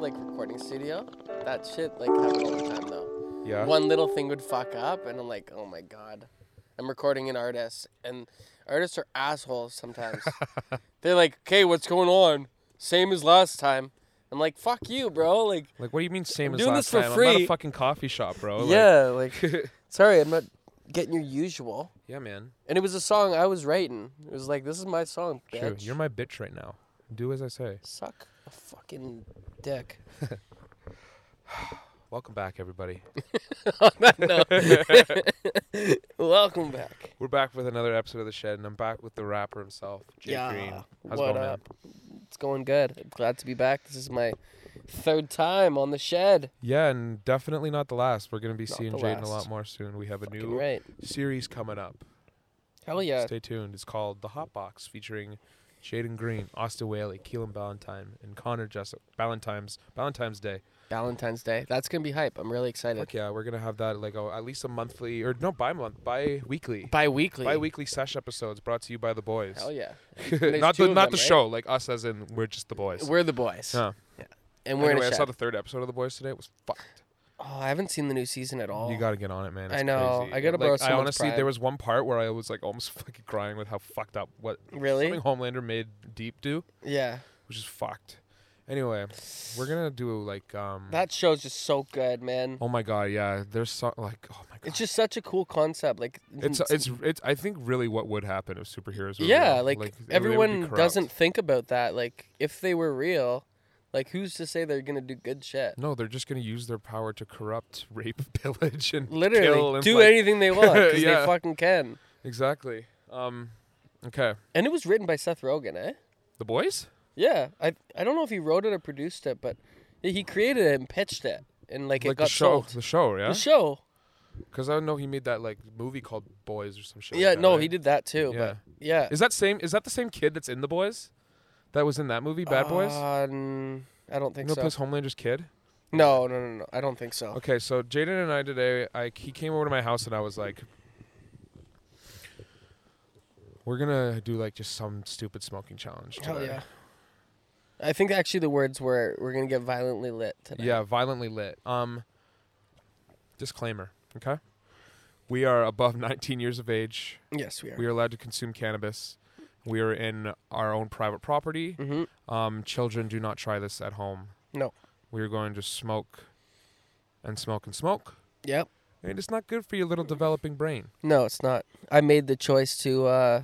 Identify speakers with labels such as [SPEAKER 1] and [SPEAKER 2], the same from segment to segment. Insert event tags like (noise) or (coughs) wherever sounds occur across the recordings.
[SPEAKER 1] like recording studio, that shit like happened all the time though.
[SPEAKER 2] Yeah.
[SPEAKER 1] One little thing would fuck up, and I'm like, oh my god, I'm recording an artist, and artists are assholes
[SPEAKER 2] (laughs)
[SPEAKER 1] sometimes. They're like, okay, what's going on? Same as last time. I'm like, fuck you, bro. Like,
[SPEAKER 2] Like, what do you mean same
[SPEAKER 1] I'm
[SPEAKER 2] as
[SPEAKER 1] doing
[SPEAKER 2] last
[SPEAKER 1] this for
[SPEAKER 2] time? I'm not
[SPEAKER 1] free.
[SPEAKER 2] a fucking coffee shop, bro. Oh, Like-
[SPEAKER 1] yeah, like, sorry, I'm not getting your usual.
[SPEAKER 2] (laughs) yeah, man.
[SPEAKER 1] And it was a song I was writing. It was like, this is my song, bitch.
[SPEAKER 2] True. You're my bitch right now. Do as I say.
[SPEAKER 1] Suck a fucking dick.
[SPEAKER 2] Welcome back, everybody. (laughs)
[SPEAKER 1] On that note, welcome back.
[SPEAKER 2] We're back with another episode of The Shed, and I'm back with the rapper himself, Jay
[SPEAKER 1] Yeah.
[SPEAKER 2] Green.
[SPEAKER 1] What
[SPEAKER 2] How's it going,
[SPEAKER 1] up?
[SPEAKER 2] man?
[SPEAKER 1] It's going good. I'm glad to be back. This is my third time on the shed.
[SPEAKER 2] Yeah, and definitely not the last. We're going to be
[SPEAKER 1] Not
[SPEAKER 2] seeing
[SPEAKER 1] the
[SPEAKER 2] Jaden a lot
[SPEAKER 1] last.
[SPEAKER 2] more soon. We have a
[SPEAKER 1] Fucking
[SPEAKER 2] new
[SPEAKER 1] right.
[SPEAKER 2] series coming up.
[SPEAKER 1] Hell yeah.
[SPEAKER 2] Stay tuned. It's called The Hot Box, featuring Jaden Green, Austin Whaley, Keelan Ballantyne, and Connor Jessup. Ballantyne's Valentine's Day.
[SPEAKER 1] Valentine's Day. That's gonna be hype. I'm really excited.
[SPEAKER 2] Fuck yeah, we're gonna have that like oh, at least a monthly or no bi month bi weekly
[SPEAKER 1] Bi-weekly.
[SPEAKER 2] bi weekly sesh episodes brought to you by the boys.
[SPEAKER 1] Hell yeah.
[SPEAKER 2] (laughs)
[SPEAKER 1] There's
[SPEAKER 2] not
[SPEAKER 1] two
[SPEAKER 2] the
[SPEAKER 1] of
[SPEAKER 2] not
[SPEAKER 1] them, right?
[SPEAKER 2] the show like us as in we're just the boys.
[SPEAKER 1] We're the boys.
[SPEAKER 2] Huh.
[SPEAKER 1] And we're
[SPEAKER 2] anyway,
[SPEAKER 1] in
[SPEAKER 2] I
[SPEAKER 1] a
[SPEAKER 2] saw
[SPEAKER 1] shed.
[SPEAKER 2] the third episode of the boys today. It was fucked.
[SPEAKER 1] oh, I haven't seen the new season at all.
[SPEAKER 2] You gotta get on it, man.
[SPEAKER 1] Oh. I
[SPEAKER 2] It's
[SPEAKER 1] know.
[SPEAKER 2] crazy.
[SPEAKER 1] I gotta
[SPEAKER 2] Like,
[SPEAKER 1] borrow
[SPEAKER 2] I
[SPEAKER 1] someone's
[SPEAKER 2] honestly,
[SPEAKER 1] Prime.
[SPEAKER 2] there was one part where I was like almost (laughs) fucking crying with how fucked up what
[SPEAKER 1] Really?
[SPEAKER 2] something Homelander made Deep do,
[SPEAKER 1] yeah.
[SPEAKER 2] which is fucked. Anyway, we're gonna do like um.
[SPEAKER 1] That show's just so good, man.
[SPEAKER 2] oh my god, yeah. There's so like oh my god.
[SPEAKER 1] It's just such a cool concept. Like
[SPEAKER 2] It's it's it's. I think really what would happen if superheroes. Were
[SPEAKER 1] yeah,
[SPEAKER 2] real.
[SPEAKER 1] like,
[SPEAKER 2] they would be
[SPEAKER 1] everyone
[SPEAKER 2] corrupt.
[SPEAKER 1] doesn't think about that. Like if they were real, like who's to say they're gonna do good shit?
[SPEAKER 2] No, they're just gonna use their power to corrupt, (laughs) rape, pillage, and kill
[SPEAKER 1] Literally,
[SPEAKER 2] and
[SPEAKER 1] do
[SPEAKER 2] like-
[SPEAKER 1] anything they
[SPEAKER 2] (laughs)
[SPEAKER 1] want 'cause
[SPEAKER 2] Yeah.
[SPEAKER 1] they fucking can.
[SPEAKER 2] Exactly. Um, okay.
[SPEAKER 1] And it was written by Seth Rogen, eh?
[SPEAKER 2] The boys.
[SPEAKER 1] Yeah, I I don't know if he wrote it or produced it, but he created it and pitched it, and like, it
[SPEAKER 2] like
[SPEAKER 1] got
[SPEAKER 2] the show.
[SPEAKER 1] sold.
[SPEAKER 2] The show. Yeah.
[SPEAKER 1] The show.
[SPEAKER 2] Because I know he made that like movie called Boys or some shit. like
[SPEAKER 1] yeah,
[SPEAKER 2] that,
[SPEAKER 1] no,
[SPEAKER 2] right?
[SPEAKER 1] he did that too.
[SPEAKER 2] Yeah.
[SPEAKER 1] But yeah.
[SPEAKER 2] Is that same? Is that the same kid that's in the boys? That was in that movie, Bad Boys.
[SPEAKER 1] Uh, n- I don't think
[SPEAKER 2] no,
[SPEAKER 1] so.
[SPEAKER 2] plus Homelander's kid.
[SPEAKER 1] No, no, no, no. I don't think so.
[SPEAKER 2] Okay, so Jaden and I today, I, he came over to my house and I was like, "We're gonna do like just some stupid smoking challenge." Today.
[SPEAKER 1] Hell yeah. I think actually the words were we're gonna get violently lit today.
[SPEAKER 2] Yeah, violently lit. Um, disclaimer. Okay, we are above (laughs) 19 years of age.
[SPEAKER 1] Yes, we are.
[SPEAKER 2] We are allowed to consume cannabis. We are in our own private property.
[SPEAKER 1] mm-hmm.
[SPEAKER 2] Um, children, do not try this at home.
[SPEAKER 1] No.
[SPEAKER 2] We are going to smoke, and smoke and smoke,
[SPEAKER 1] Yep.
[SPEAKER 2] and it's not good for your little developing brain.
[SPEAKER 1] No, it's not. I made the choice to, uh,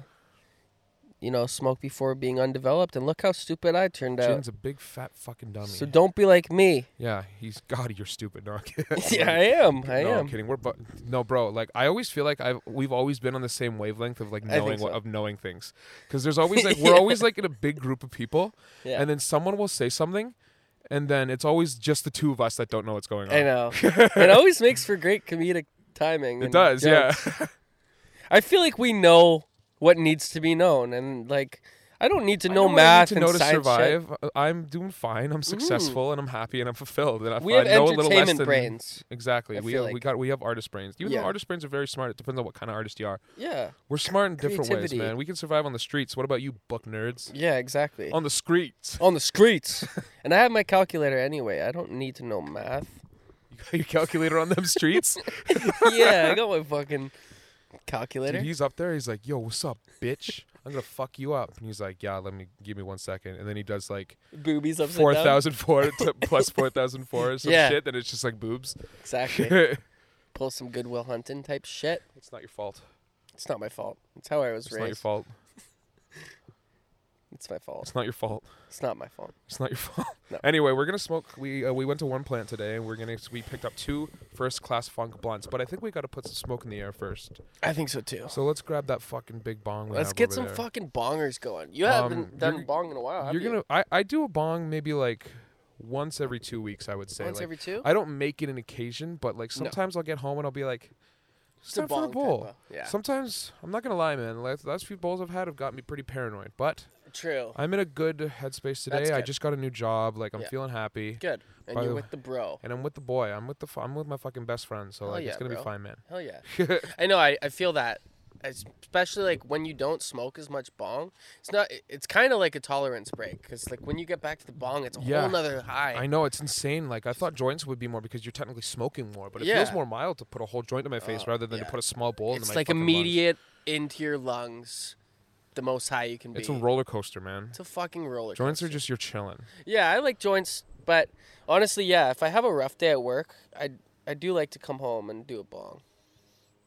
[SPEAKER 1] you know, smoke before being undeveloped, and look how stupid I turned out.
[SPEAKER 2] Jin's a big fat fucking dummy.
[SPEAKER 1] So don't be like me. (laughs)
[SPEAKER 2] yeah, he's (laughs) God. You're stupid. No, I'm kidding.
[SPEAKER 1] yeah, I am. I
[SPEAKER 2] no, I'm
[SPEAKER 1] am.
[SPEAKER 2] kidding. We're bu- no, bro. Like I always feel like I've we've always been on the same wavelength of like
[SPEAKER 1] I think
[SPEAKER 2] knowing what
[SPEAKER 1] so.
[SPEAKER 2] of knowing things. Because there's
[SPEAKER 1] (laughs)
[SPEAKER 2] always like we're
[SPEAKER 1] Yeah.
[SPEAKER 2] always like in a big group of people,
[SPEAKER 1] Yeah.
[SPEAKER 2] and then someone will say something, and then it's always just the two of us that don't know what's going on.
[SPEAKER 1] I know.
[SPEAKER 2] (laughs)
[SPEAKER 1] it always makes for great comedic timing.
[SPEAKER 2] It
[SPEAKER 1] and
[SPEAKER 2] does, yeah.
[SPEAKER 1] jokes. I feel like we know what needs to be known, and like I don't need to
[SPEAKER 2] (laughs) I
[SPEAKER 1] know,
[SPEAKER 2] what I need
[SPEAKER 1] math
[SPEAKER 2] to
[SPEAKER 1] and
[SPEAKER 2] know to
[SPEAKER 1] science. shit.
[SPEAKER 2] survive. I- I'm doing fine. I'm successful, and I'm happy, and I'm fulfilled. And I,
[SPEAKER 1] We
[SPEAKER 2] I
[SPEAKER 1] have
[SPEAKER 2] know a little less
[SPEAKER 1] entertainment
[SPEAKER 2] than
[SPEAKER 1] brains.
[SPEAKER 2] Exactly.
[SPEAKER 1] I
[SPEAKER 2] we
[SPEAKER 1] feel
[SPEAKER 2] have, we
[SPEAKER 1] like.
[SPEAKER 2] got we have artist brains. Even
[SPEAKER 1] Yeah.
[SPEAKER 2] though artist brains are very smart, it depends on what kind of artist you are.
[SPEAKER 1] Yeah.
[SPEAKER 2] We're smart in different ways,
[SPEAKER 1] Creativity.
[SPEAKER 2] man. We can survive on the streets. What about you, book nerds?
[SPEAKER 1] Yeah. Exactly.
[SPEAKER 2] On the streets. (laughs)
[SPEAKER 1] on the streets. and I have my calculator anyway. I don't need to know math.
[SPEAKER 2] You got your calculator on
[SPEAKER 1] (laughs)
[SPEAKER 2] them streets? (laughs)
[SPEAKER 1] yeah, I got my fucking calculator.
[SPEAKER 2] Dude, he's up there. He's like, yo, what's up, bitch? I'm going to fuck you up. And he's like, yeah, let me give me one second. And then he does like
[SPEAKER 1] Boobies upside down. (laughs)
[SPEAKER 2] 4,004 to plus 4,004 or some
[SPEAKER 1] Yeah.
[SPEAKER 2] shit. Then it's just like boobs. (laughs)
[SPEAKER 1] Exactly.
[SPEAKER 2] it's
[SPEAKER 1] Pull some Goodwill Hunting type shit.
[SPEAKER 2] not your fault.
[SPEAKER 1] It's not my fault. It's how I was
[SPEAKER 2] It's
[SPEAKER 1] raised.
[SPEAKER 2] not your fault.
[SPEAKER 1] It's my fault.
[SPEAKER 2] It's not your fault.
[SPEAKER 1] It's not my fault.
[SPEAKER 2] It's not your (laughs) fault.
[SPEAKER 1] No.
[SPEAKER 2] Anyway, we're gonna smoke. We uh, we went to one plant today, and we're gonna we picked up two first class funk blunts. But I think we gotta put some smoke in the air first.
[SPEAKER 1] I think so too.
[SPEAKER 2] So let's grab that fucking big bong. We
[SPEAKER 1] Let's
[SPEAKER 2] have
[SPEAKER 1] get
[SPEAKER 2] over
[SPEAKER 1] some
[SPEAKER 2] there.
[SPEAKER 1] fucking bongers going. You
[SPEAKER 2] Um,
[SPEAKER 1] haven't done
[SPEAKER 2] you're-
[SPEAKER 1] bong in a while. have
[SPEAKER 2] You're
[SPEAKER 1] you?
[SPEAKER 2] gonna. I, I do a bong maybe like once every two weeks. I would say.
[SPEAKER 1] once
[SPEAKER 2] like,
[SPEAKER 1] every two.
[SPEAKER 2] I don't make it an occasion, but like
[SPEAKER 1] No.
[SPEAKER 2] sometimes I'll get home and I'll be like, it's
[SPEAKER 1] It's a
[SPEAKER 2] time for a
[SPEAKER 1] bong type
[SPEAKER 2] bowl.
[SPEAKER 1] of- yeah.
[SPEAKER 2] Sometimes I'm not gonna lie, man. the Last, last few bowls I've had have gotten me pretty paranoid, but
[SPEAKER 1] True.
[SPEAKER 2] I'm in a good headspace today. I
[SPEAKER 1] good.
[SPEAKER 2] just got a new job. Like I'm
[SPEAKER 1] Yeah.
[SPEAKER 2] feeling happy,
[SPEAKER 1] Good. And
[SPEAKER 2] By
[SPEAKER 1] you're
[SPEAKER 2] the
[SPEAKER 1] with the bro.
[SPEAKER 2] and I'm with the boy. I'm with the. f- I'm with my fucking best friend. So
[SPEAKER 1] Hell
[SPEAKER 2] like
[SPEAKER 1] (laughs)
[SPEAKER 2] it's
[SPEAKER 1] yeah,
[SPEAKER 2] gonna be
[SPEAKER 1] bro.
[SPEAKER 2] fine, man.
[SPEAKER 1] Hell yeah. I know. I, I feel that especially like when you don't smoke as much bong. It's not. It's kind of like a tolerance break because like when you get back to the bong, it's a
[SPEAKER 2] Yeah.
[SPEAKER 1] whole nother high.
[SPEAKER 2] (laughs) I know it's insane. Like I thought joints would be more because you're technically smoking more, but it feels
[SPEAKER 1] Yeah.
[SPEAKER 2] more mild to put a whole joint in my face
[SPEAKER 1] Oh,
[SPEAKER 2] rather than
[SPEAKER 1] yeah.
[SPEAKER 2] to put a small bowl.
[SPEAKER 1] it's
[SPEAKER 2] into my
[SPEAKER 1] like
[SPEAKER 2] fucking lungs.
[SPEAKER 1] immediate into your lungs, the most high you can be.
[SPEAKER 2] It's a roller coaster, man.
[SPEAKER 1] It's a fucking roller.
[SPEAKER 2] Joints are
[SPEAKER 1] coaster.
[SPEAKER 2] just you're chilling.
[SPEAKER 1] Yeah, I like joints, but honestly, yeah, if I have a rough day at work, I I do like to come home and do a bong.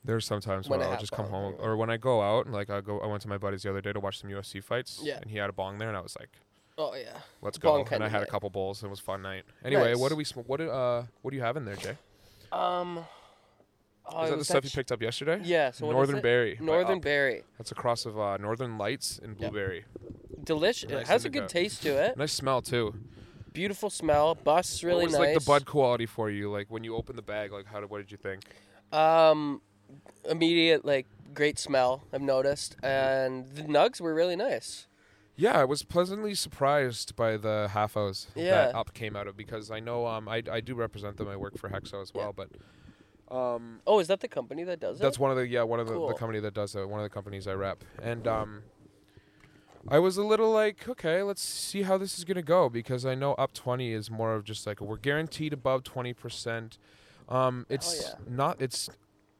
[SPEAKER 2] There's sometimes
[SPEAKER 1] When I
[SPEAKER 2] when, I'll
[SPEAKER 1] have
[SPEAKER 2] just come
[SPEAKER 1] bong,
[SPEAKER 2] home,
[SPEAKER 1] anyway.
[SPEAKER 2] or when I go out and like I go, I went to my buddy's the other day to watch some UFC fights,
[SPEAKER 1] Yeah.
[SPEAKER 2] and he had a bong there, and I was like,
[SPEAKER 1] Oh yeah.
[SPEAKER 2] "Let's
[SPEAKER 1] Bong
[SPEAKER 2] go!" And
[SPEAKER 1] kinda
[SPEAKER 2] I had
[SPEAKER 1] night.
[SPEAKER 2] a couple bowls, and it was a fun night. Anyway,
[SPEAKER 1] Nice.
[SPEAKER 2] what do we? Sm- what do uh? What do you have in there, Jay?
[SPEAKER 1] Um. oh, it
[SPEAKER 2] is that the
[SPEAKER 1] was
[SPEAKER 2] stuff you
[SPEAKER 1] actu-
[SPEAKER 2] picked up yesterday?
[SPEAKER 1] Yeah. So what is
[SPEAKER 2] Northern
[SPEAKER 1] it?
[SPEAKER 2] Berry. by
[SPEAKER 1] Northern
[SPEAKER 2] Up.
[SPEAKER 1] berry.
[SPEAKER 2] That's a cross of uh, Northern Lights and
[SPEAKER 1] Yeah.
[SPEAKER 2] Blueberry.
[SPEAKER 1] Delicious. it
[SPEAKER 2] Nice
[SPEAKER 1] has a
[SPEAKER 2] indigo.
[SPEAKER 1] good taste to
[SPEAKER 2] (laughs)
[SPEAKER 1] it.
[SPEAKER 2] Nice smell too.
[SPEAKER 1] Beautiful smell. Busts really
[SPEAKER 2] what was
[SPEAKER 1] nice.
[SPEAKER 2] like the bud quality for you? Like when you opened the bag, like how did what did you think?
[SPEAKER 1] Um, immediate like great smell. I've noticed, and the nugs were really nice.
[SPEAKER 2] Yeah, I was pleasantly surprised by the half hours
[SPEAKER 1] Yeah.
[SPEAKER 2] that up came out of because I know um I, I do represent them. I work for Hexo as well, but um
[SPEAKER 1] Oh, is that the company that does
[SPEAKER 2] that's
[SPEAKER 1] it?
[SPEAKER 2] one of the yeah one of the,
[SPEAKER 1] Cool.
[SPEAKER 2] the company that does that one of the companies I rep and um I was a little like okay let's see how this is gonna go because I know up twenty is more of just like we're guaranteed above twenty percent. Um, it's
[SPEAKER 1] yeah.
[SPEAKER 2] not it's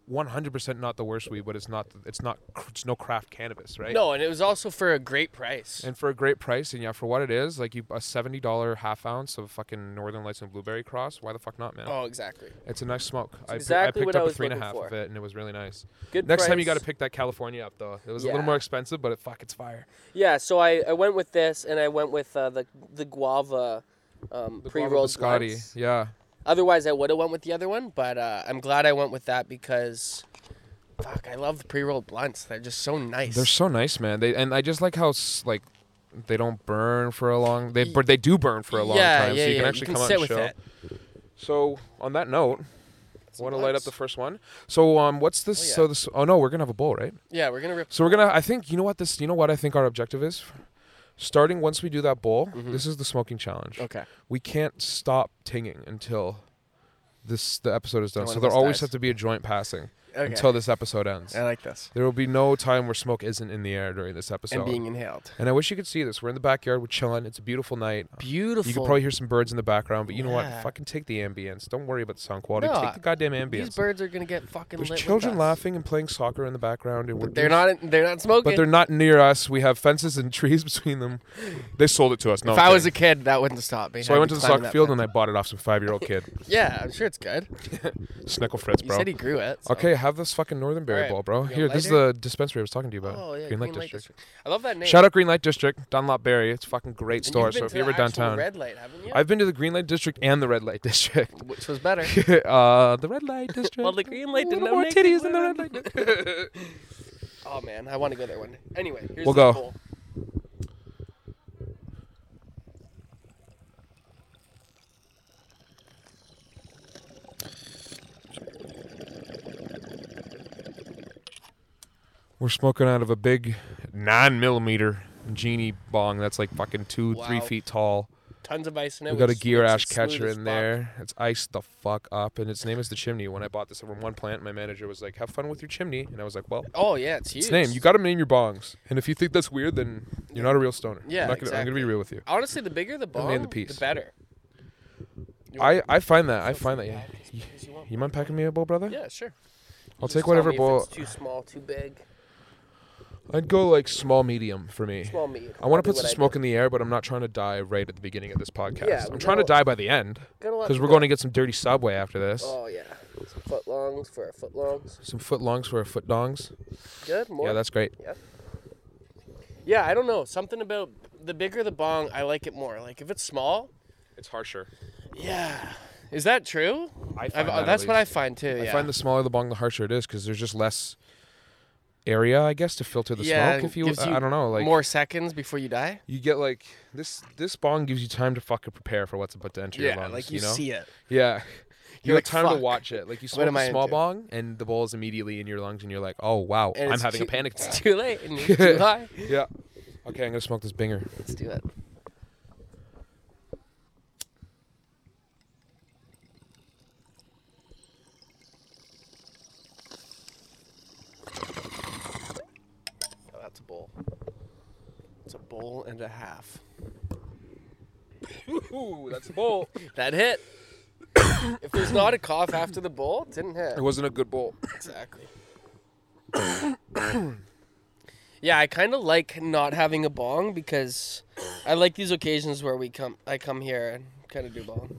[SPEAKER 2] one hundred percent not the worst weed, but it's not it's not cr- it's no craft cannabis, right?
[SPEAKER 1] No, and it was also for a great price.
[SPEAKER 2] And for a great price, and yeah, for what it is, like you a seventy dollar half ounce of fucking Northern Lights and Blueberry Cross. Why the fuck not, man?
[SPEAKER 1] oh, exactly.
[SPEAKER 2] It's a nice smoke. I, pi-
[SPEAKER 1] exactly
[SPEAKER 2] I
[SPEAKER 1] what
[SPEAKER 2] picked
[SPEAKER 1] I
[SPEAKER 2] up a
[SPEAKER 1] was
[SPEAKER 2] three and a
[SPEAKER 1] looking
[SPEAKER 2] half
[SPEAKER 1] for.
[SPEAKER 2] of it, and it was really nice.
[SPEAKER 1] Good.
[SPEAKER 2] Next time you got
[SPEAKER 1] price.
[SPEAKER 2] to pick that California up though. It was a
[SPEAKER 1] Yeah.
[SPEAKER 2] little more expensive, but it fuck it's fire.
[SPEAKER 1] Yeah, so I, I went with this, and I went with uh, the the guava um,
[SPEAKER 2] The
[SPEAKER 1] pre
[SPEAKER 2] guava
[SPEAKER 1] rolled
[SPEAKER 2] biscotti. Yeah.
[SPEAKER 1] Otherwise, I would have went with the other one, but uh, I'm glad I went with that because, fuck, I love the pre rolled blunts. They're just so nice.
[SPEAKER 2] They're so nice, man. They and I just like how s- like they don't burn for a long. They but they do burn for a long
[SPEAKER 1] yeah,
[SPEAKER 2] time,
[SPEAKER 1] yeah,
[SPEAKER 2] so you
[SPEAKER 1] yeah.
[SPEAKER 2] can actually come
[SPEAKER 1] sit
[SPEAKER 2] out and
[SPEAKER 1] with
[SPEAKER 2] show.
[SPEAKER 1] it.
[SPEAKER 2] So on that note, want to light up
[SPEAKER 1] blunts.
[SPEAKER 2] the first one. So um, what's this?
[SPEAKER 1] Oh, yeah.
[SPEAKER 2] So this. Oh no, we're gonna have a bowl, right?
[SPEAKER 1] Yeah, we're gonna rip.
[SPEAKER 2] So we're gonna. I think you know what this. You know what I think our objective is. Starting once we do that bowl, this is the smoking challenge.
[SPEAKER 1] Mm-hmm. Okay.
[SPEAKER 2] We can't stop tinging until this the episode is done.
[SPEAKER 1] One
[SPEAKER 2] So
[SPEAKER 1] of
[SPEAKER 2] there
[SPEAKER 1] us
[SPEAKER 2] always
[SPEAKER 1] dies.
[SPEAKER 2] have to be a joint passing
[SPEAKER 1] Okay.
[SPEAKER 2] until this episode ends.
[SPEAKER 1] I like this.
[SPEAKER 2] There will be no time where smoke isn't in the air during this episode.
[SPEAKER 1] and being inhaled.
[SPEAKER 2] And I wish you could see this. We're in the backyard. We're chilling. It's a beautiful night.
[SPEAKER 1] Beautiful.
[SPEAKER 2] You can probably hear some birds in the background, but you know
[SPEAKER 1] Yeah.
[SPEAKER 2] what? Fucking take the ambience. Don't worry about the sound quality.
[SPEAKER 1] No,
[SPEAKER 2] take the goddamn ambience.
[SPEAKER 1] These birds are gonna get fucking.
[SPEAKER 2] There's
[SPEAKER 1] lit
[SPEAKER 2] children
[SPEAKER 1] with us.
[SPEAKER 2] laughing and playing soccer in the background, and we're
[SPEAKER 1] They're
[SPEAKER 2] doing-
[SPEAKER 1] not. They're not smoking.
[SPEAKER 2] but they're not near us. We have fences and (laughs) trees between them. They sold it to us. No,
[SPEAKER 1] if
[SPEAKER 2] I'm
[SPEAKER 1] I was a
[SPEAKER 2] kidding.
[SPEAKER 1] kid, that wouldn't stop me.
[SPEAKER 2] so I
[SPEAKER 1] I'd
[SPEAKER 2] went
[SPEAKER 1] be
[SPEAKER 2] to the
[SPEAKER 1] climbing
[SPEAKER 2] soccer
[SPEAKER 1] that
[SPEAKER 2] field
[SPEAKER 1] fence.
[SPEAKER 2] and I bought it off some
[SPEAKER 1] (laughs)
[SPEAKER 2] five-year-old kid,
[SPEAKER 1] Yeah, I'm sure it's good.
[SPEAKER 2] Snickle Fritz,
[SPEAKER 1] You
[SPEAKER 2] bro.
[SPEAKER 1] said he grew it. so-
[SPEAKER 2] Okay, have this fucking Northern Berry
[SPEAKER 1] Alright,
[SPEAKER 2] Ball, bro.
[SPEAKER 1] you want
[SPEAKER 2] Here, this is
[SPEAKER 1] lighter?
[SPEAKER 2] the dispensary I was talking to you about.
[SPEAKER 1] Oh yeah,
[SPEAKER 2] Green Light
[SPEAKER 1] Green Light
[SPEAKER 2] District.
[SPEAKER 1] I love that name.
[SPEAKER 2] Shout out Green Light District, Dunlop Berry. It's a fucking great
[SPEAKER 1] And you've
[SPEAKER 2] store.
[SPEAKER 1] been
[SPEAKER 2] So if
[SPEAKER 1] to
[SPEAKER 2] you're
[SPEAKER 1] the
[SPEAKER 2] ever
[SPEAKER 1] actual
[SPEAKER 2] downtown,
[SPEAKER 1] Red light, haven't you?
[SPEAKER 2] I've been to the Green Light District and the Red Light District. (laughs)
[SPEAKER 1] Which was better.
[SPEAKER 2] uh, the Red Light District.
[SPEAKER 1] Well, the green light
[SPEAKER 2] A
[SPEAKER 1] didn't
[SPEAKER 2] little
[SPEAKER 1] have
[SPEAKER 2] more
[SPEAKER 1] naked
[SPEAKER 2] titties than the
[SPEAKER 1] women.
[SPEAKER 2] Red Light. District.
[SPEAKER 1] oh man, I want to go there one day. Anyway, here's
[SPEAKER 2] We'll
[SPEAKER 1] this
[SPEAKER 2] go.
[SPEAKER 1] bowl.
[SPEAKER 2] We're smoking out of a big nine millimeter genie bong that's like fucking two, three
[SPEAKER 1] Wow.
[SPEAKER 2] feet tall.
[SPEAKER 1] Tons of ice in it.
[SPEAKER 2] We got a
[SPEAKER 1] which-
[SPEAKER 2] gear
[SPEAKER 1] which is
[SPEAKER 2] ash
[SPEAKER 1] smooth
[SPEAKER 2] catcher
[SPEAKER 1] as
[SPEAKER 2] in
[SPEAKER 1] fuck.
[SPEAKER 2] there. It's iced the fuck up, and its name is the chimney. When I bought this from one plant, my manager was like, "Have fun with your chimney," and I was like, "Well,
[SPEAKER 1] Oh yeah, it's huge.
[SPEAKER 2] its name. You got to name your bongs, and if you think that's weird, then you're not a real stoner."
[SPEAKER 1] Yeah,
[SPEAKER 2] I'm, not gonna, I'm gonna
[SPEAKER 1] exactly.
[SPEAKER 2] be real with you.
[SPEAKER 1] Honestly, the bigger the
[SPEAKER 2] name
[SPEAKER 1] bong,
[SPEAKER 2] the
[SPEAKER 1] the,
[SPEAKER 2] piece.
[SPEAKER 1] better. You want
[SPEAKER 2] I I find that I
[SPEAKER 1] to
[SPEAKER 2] find that.
[SPEAKER 1] feel
[SPEAKER 2] Yeah.
[SPEAKER 1] free to add as big as you want.
[SPEAKER 2] You mind packing me a bowl, brother?
[SPEAKER 1] Yeah, sure.
[SPEAKER 2] I'll
[SPEAKER 1] Just
[SPEAKER 2] take
[SPEAKER 1] tell
[SPEAKER 2] whatever
[SPEAKER 1] me if
[SPEAKER 2] bowl.
[SPEAKER 1] it's too small, too big.
[SPEAKER 2] I'd go like small, medium for me.
[SPEAKER 1] Small meat.
[SPEAKER 2] I want to put some smoke in the air, but I'm not trying to die right at the beginning of this podcast.
[SPEAKER 1] Yeah, we
[SPEAKER 2] I'm trying to
[SPEAKER 1] gotta-
[SPEAKER 2] die by the end
[SPEAKER 1] Got a lot
[SPEAKER 2] because
[SPEAKER 1] to
[SPEAKER 2] we're
[SPEAKER 1] go.
[SPEAKER 2] going to get some dirty subway after this.
[SPEAKER 1] Oh yeah, some foot longs for our foot longs.
[SPEAKER 2] Some foot longs for our foot dongs.
[SPEAKER 1] Good. More.
[SPEAKER 2] Yeah, that's great.
[SPEAKER 1] Yeah, I don't know. Something about the bigger the bong, I like it more. Like if it's small,
[SPEAKER 2] It's harsher.
[SPEAKER 1] yeah. Is that true?
[SPEAKER 2] I
[SPEAKER 1] I've, uh,
[SPEAKER 2] find that at
[SPEAKER 1] that's what I
[SPEAKER 2] least.
[SPEAKER 1] find too. Yeah.
[SPEAKER 2] I find the smaller the bong, the harsher it is because there's just less area, I guess, to filter the
[SPEAKER 1] Yeah,
[SPEAKER 2] smoke. If you,
[SPEAKER 1] gives
[SPEAKER 2] I-
[SPEAKER 1] you
[SPEAKER 2] I don't know, like
[SPEAKER 1] more seconds before you die.
[SPEAKER 2] you get like this. This bong gives you time to fucking prepare for what's about to enter your lungs. know?
[SPEAKER 1] it. (laughs) You're
[SPEAKER 2] Yeah. You have
[SPEAKER 1] like,
[SPEAKER 2] time to
[SPEAKER 1] "Fuck,
[SPEAKER 2] watch
[SPEAKER 1] (laughs)
[SPEAKER 2] it. Like you smoke
[SPEAKER 1] am I
[SPEAKER 2] a small
[SPEAKER 1] into?"
[SPEAKER 2] bong, and the bowl is immediately in your lungs, and you're like, "Oh wow,
[SPEAKER 1] And
[SPEAKER 2] I'm
[SPEAKER 1] it's
[SPEAKER 2] having
[SPEAKER 1] (laughs)
[SPEAKER 2] a
[SPEAKER 1] too-
[SPEAKER 2] panic
[SPEAKER 1] It's
[SPEAKER 2] attack."
[SPEAKER 1] too late and
[SPEAKER 2] (laughs)
[SPEAKER 1] you're too high.
[SPEAKER 2] yeah. Okay, I'm gonna smoke this binger.
[SPEAKER 1] Let's do it. bowl and a half.
[SPEAKER 2] Ooh, that's a bowl.
[SPEAKER 1] That hit. (coughs) if there's not a cough after the bowl, it didn't hit.
[SPEAKER 2] it wasn't a good
[SPEAKER 1] (laughs)
[SPEAKER 2] bowl.
[SPEAKER 1] Exactly. (coughs) yeah, I kind of like not having a bong because I like these occasions where we come, I come here and kind of do bong.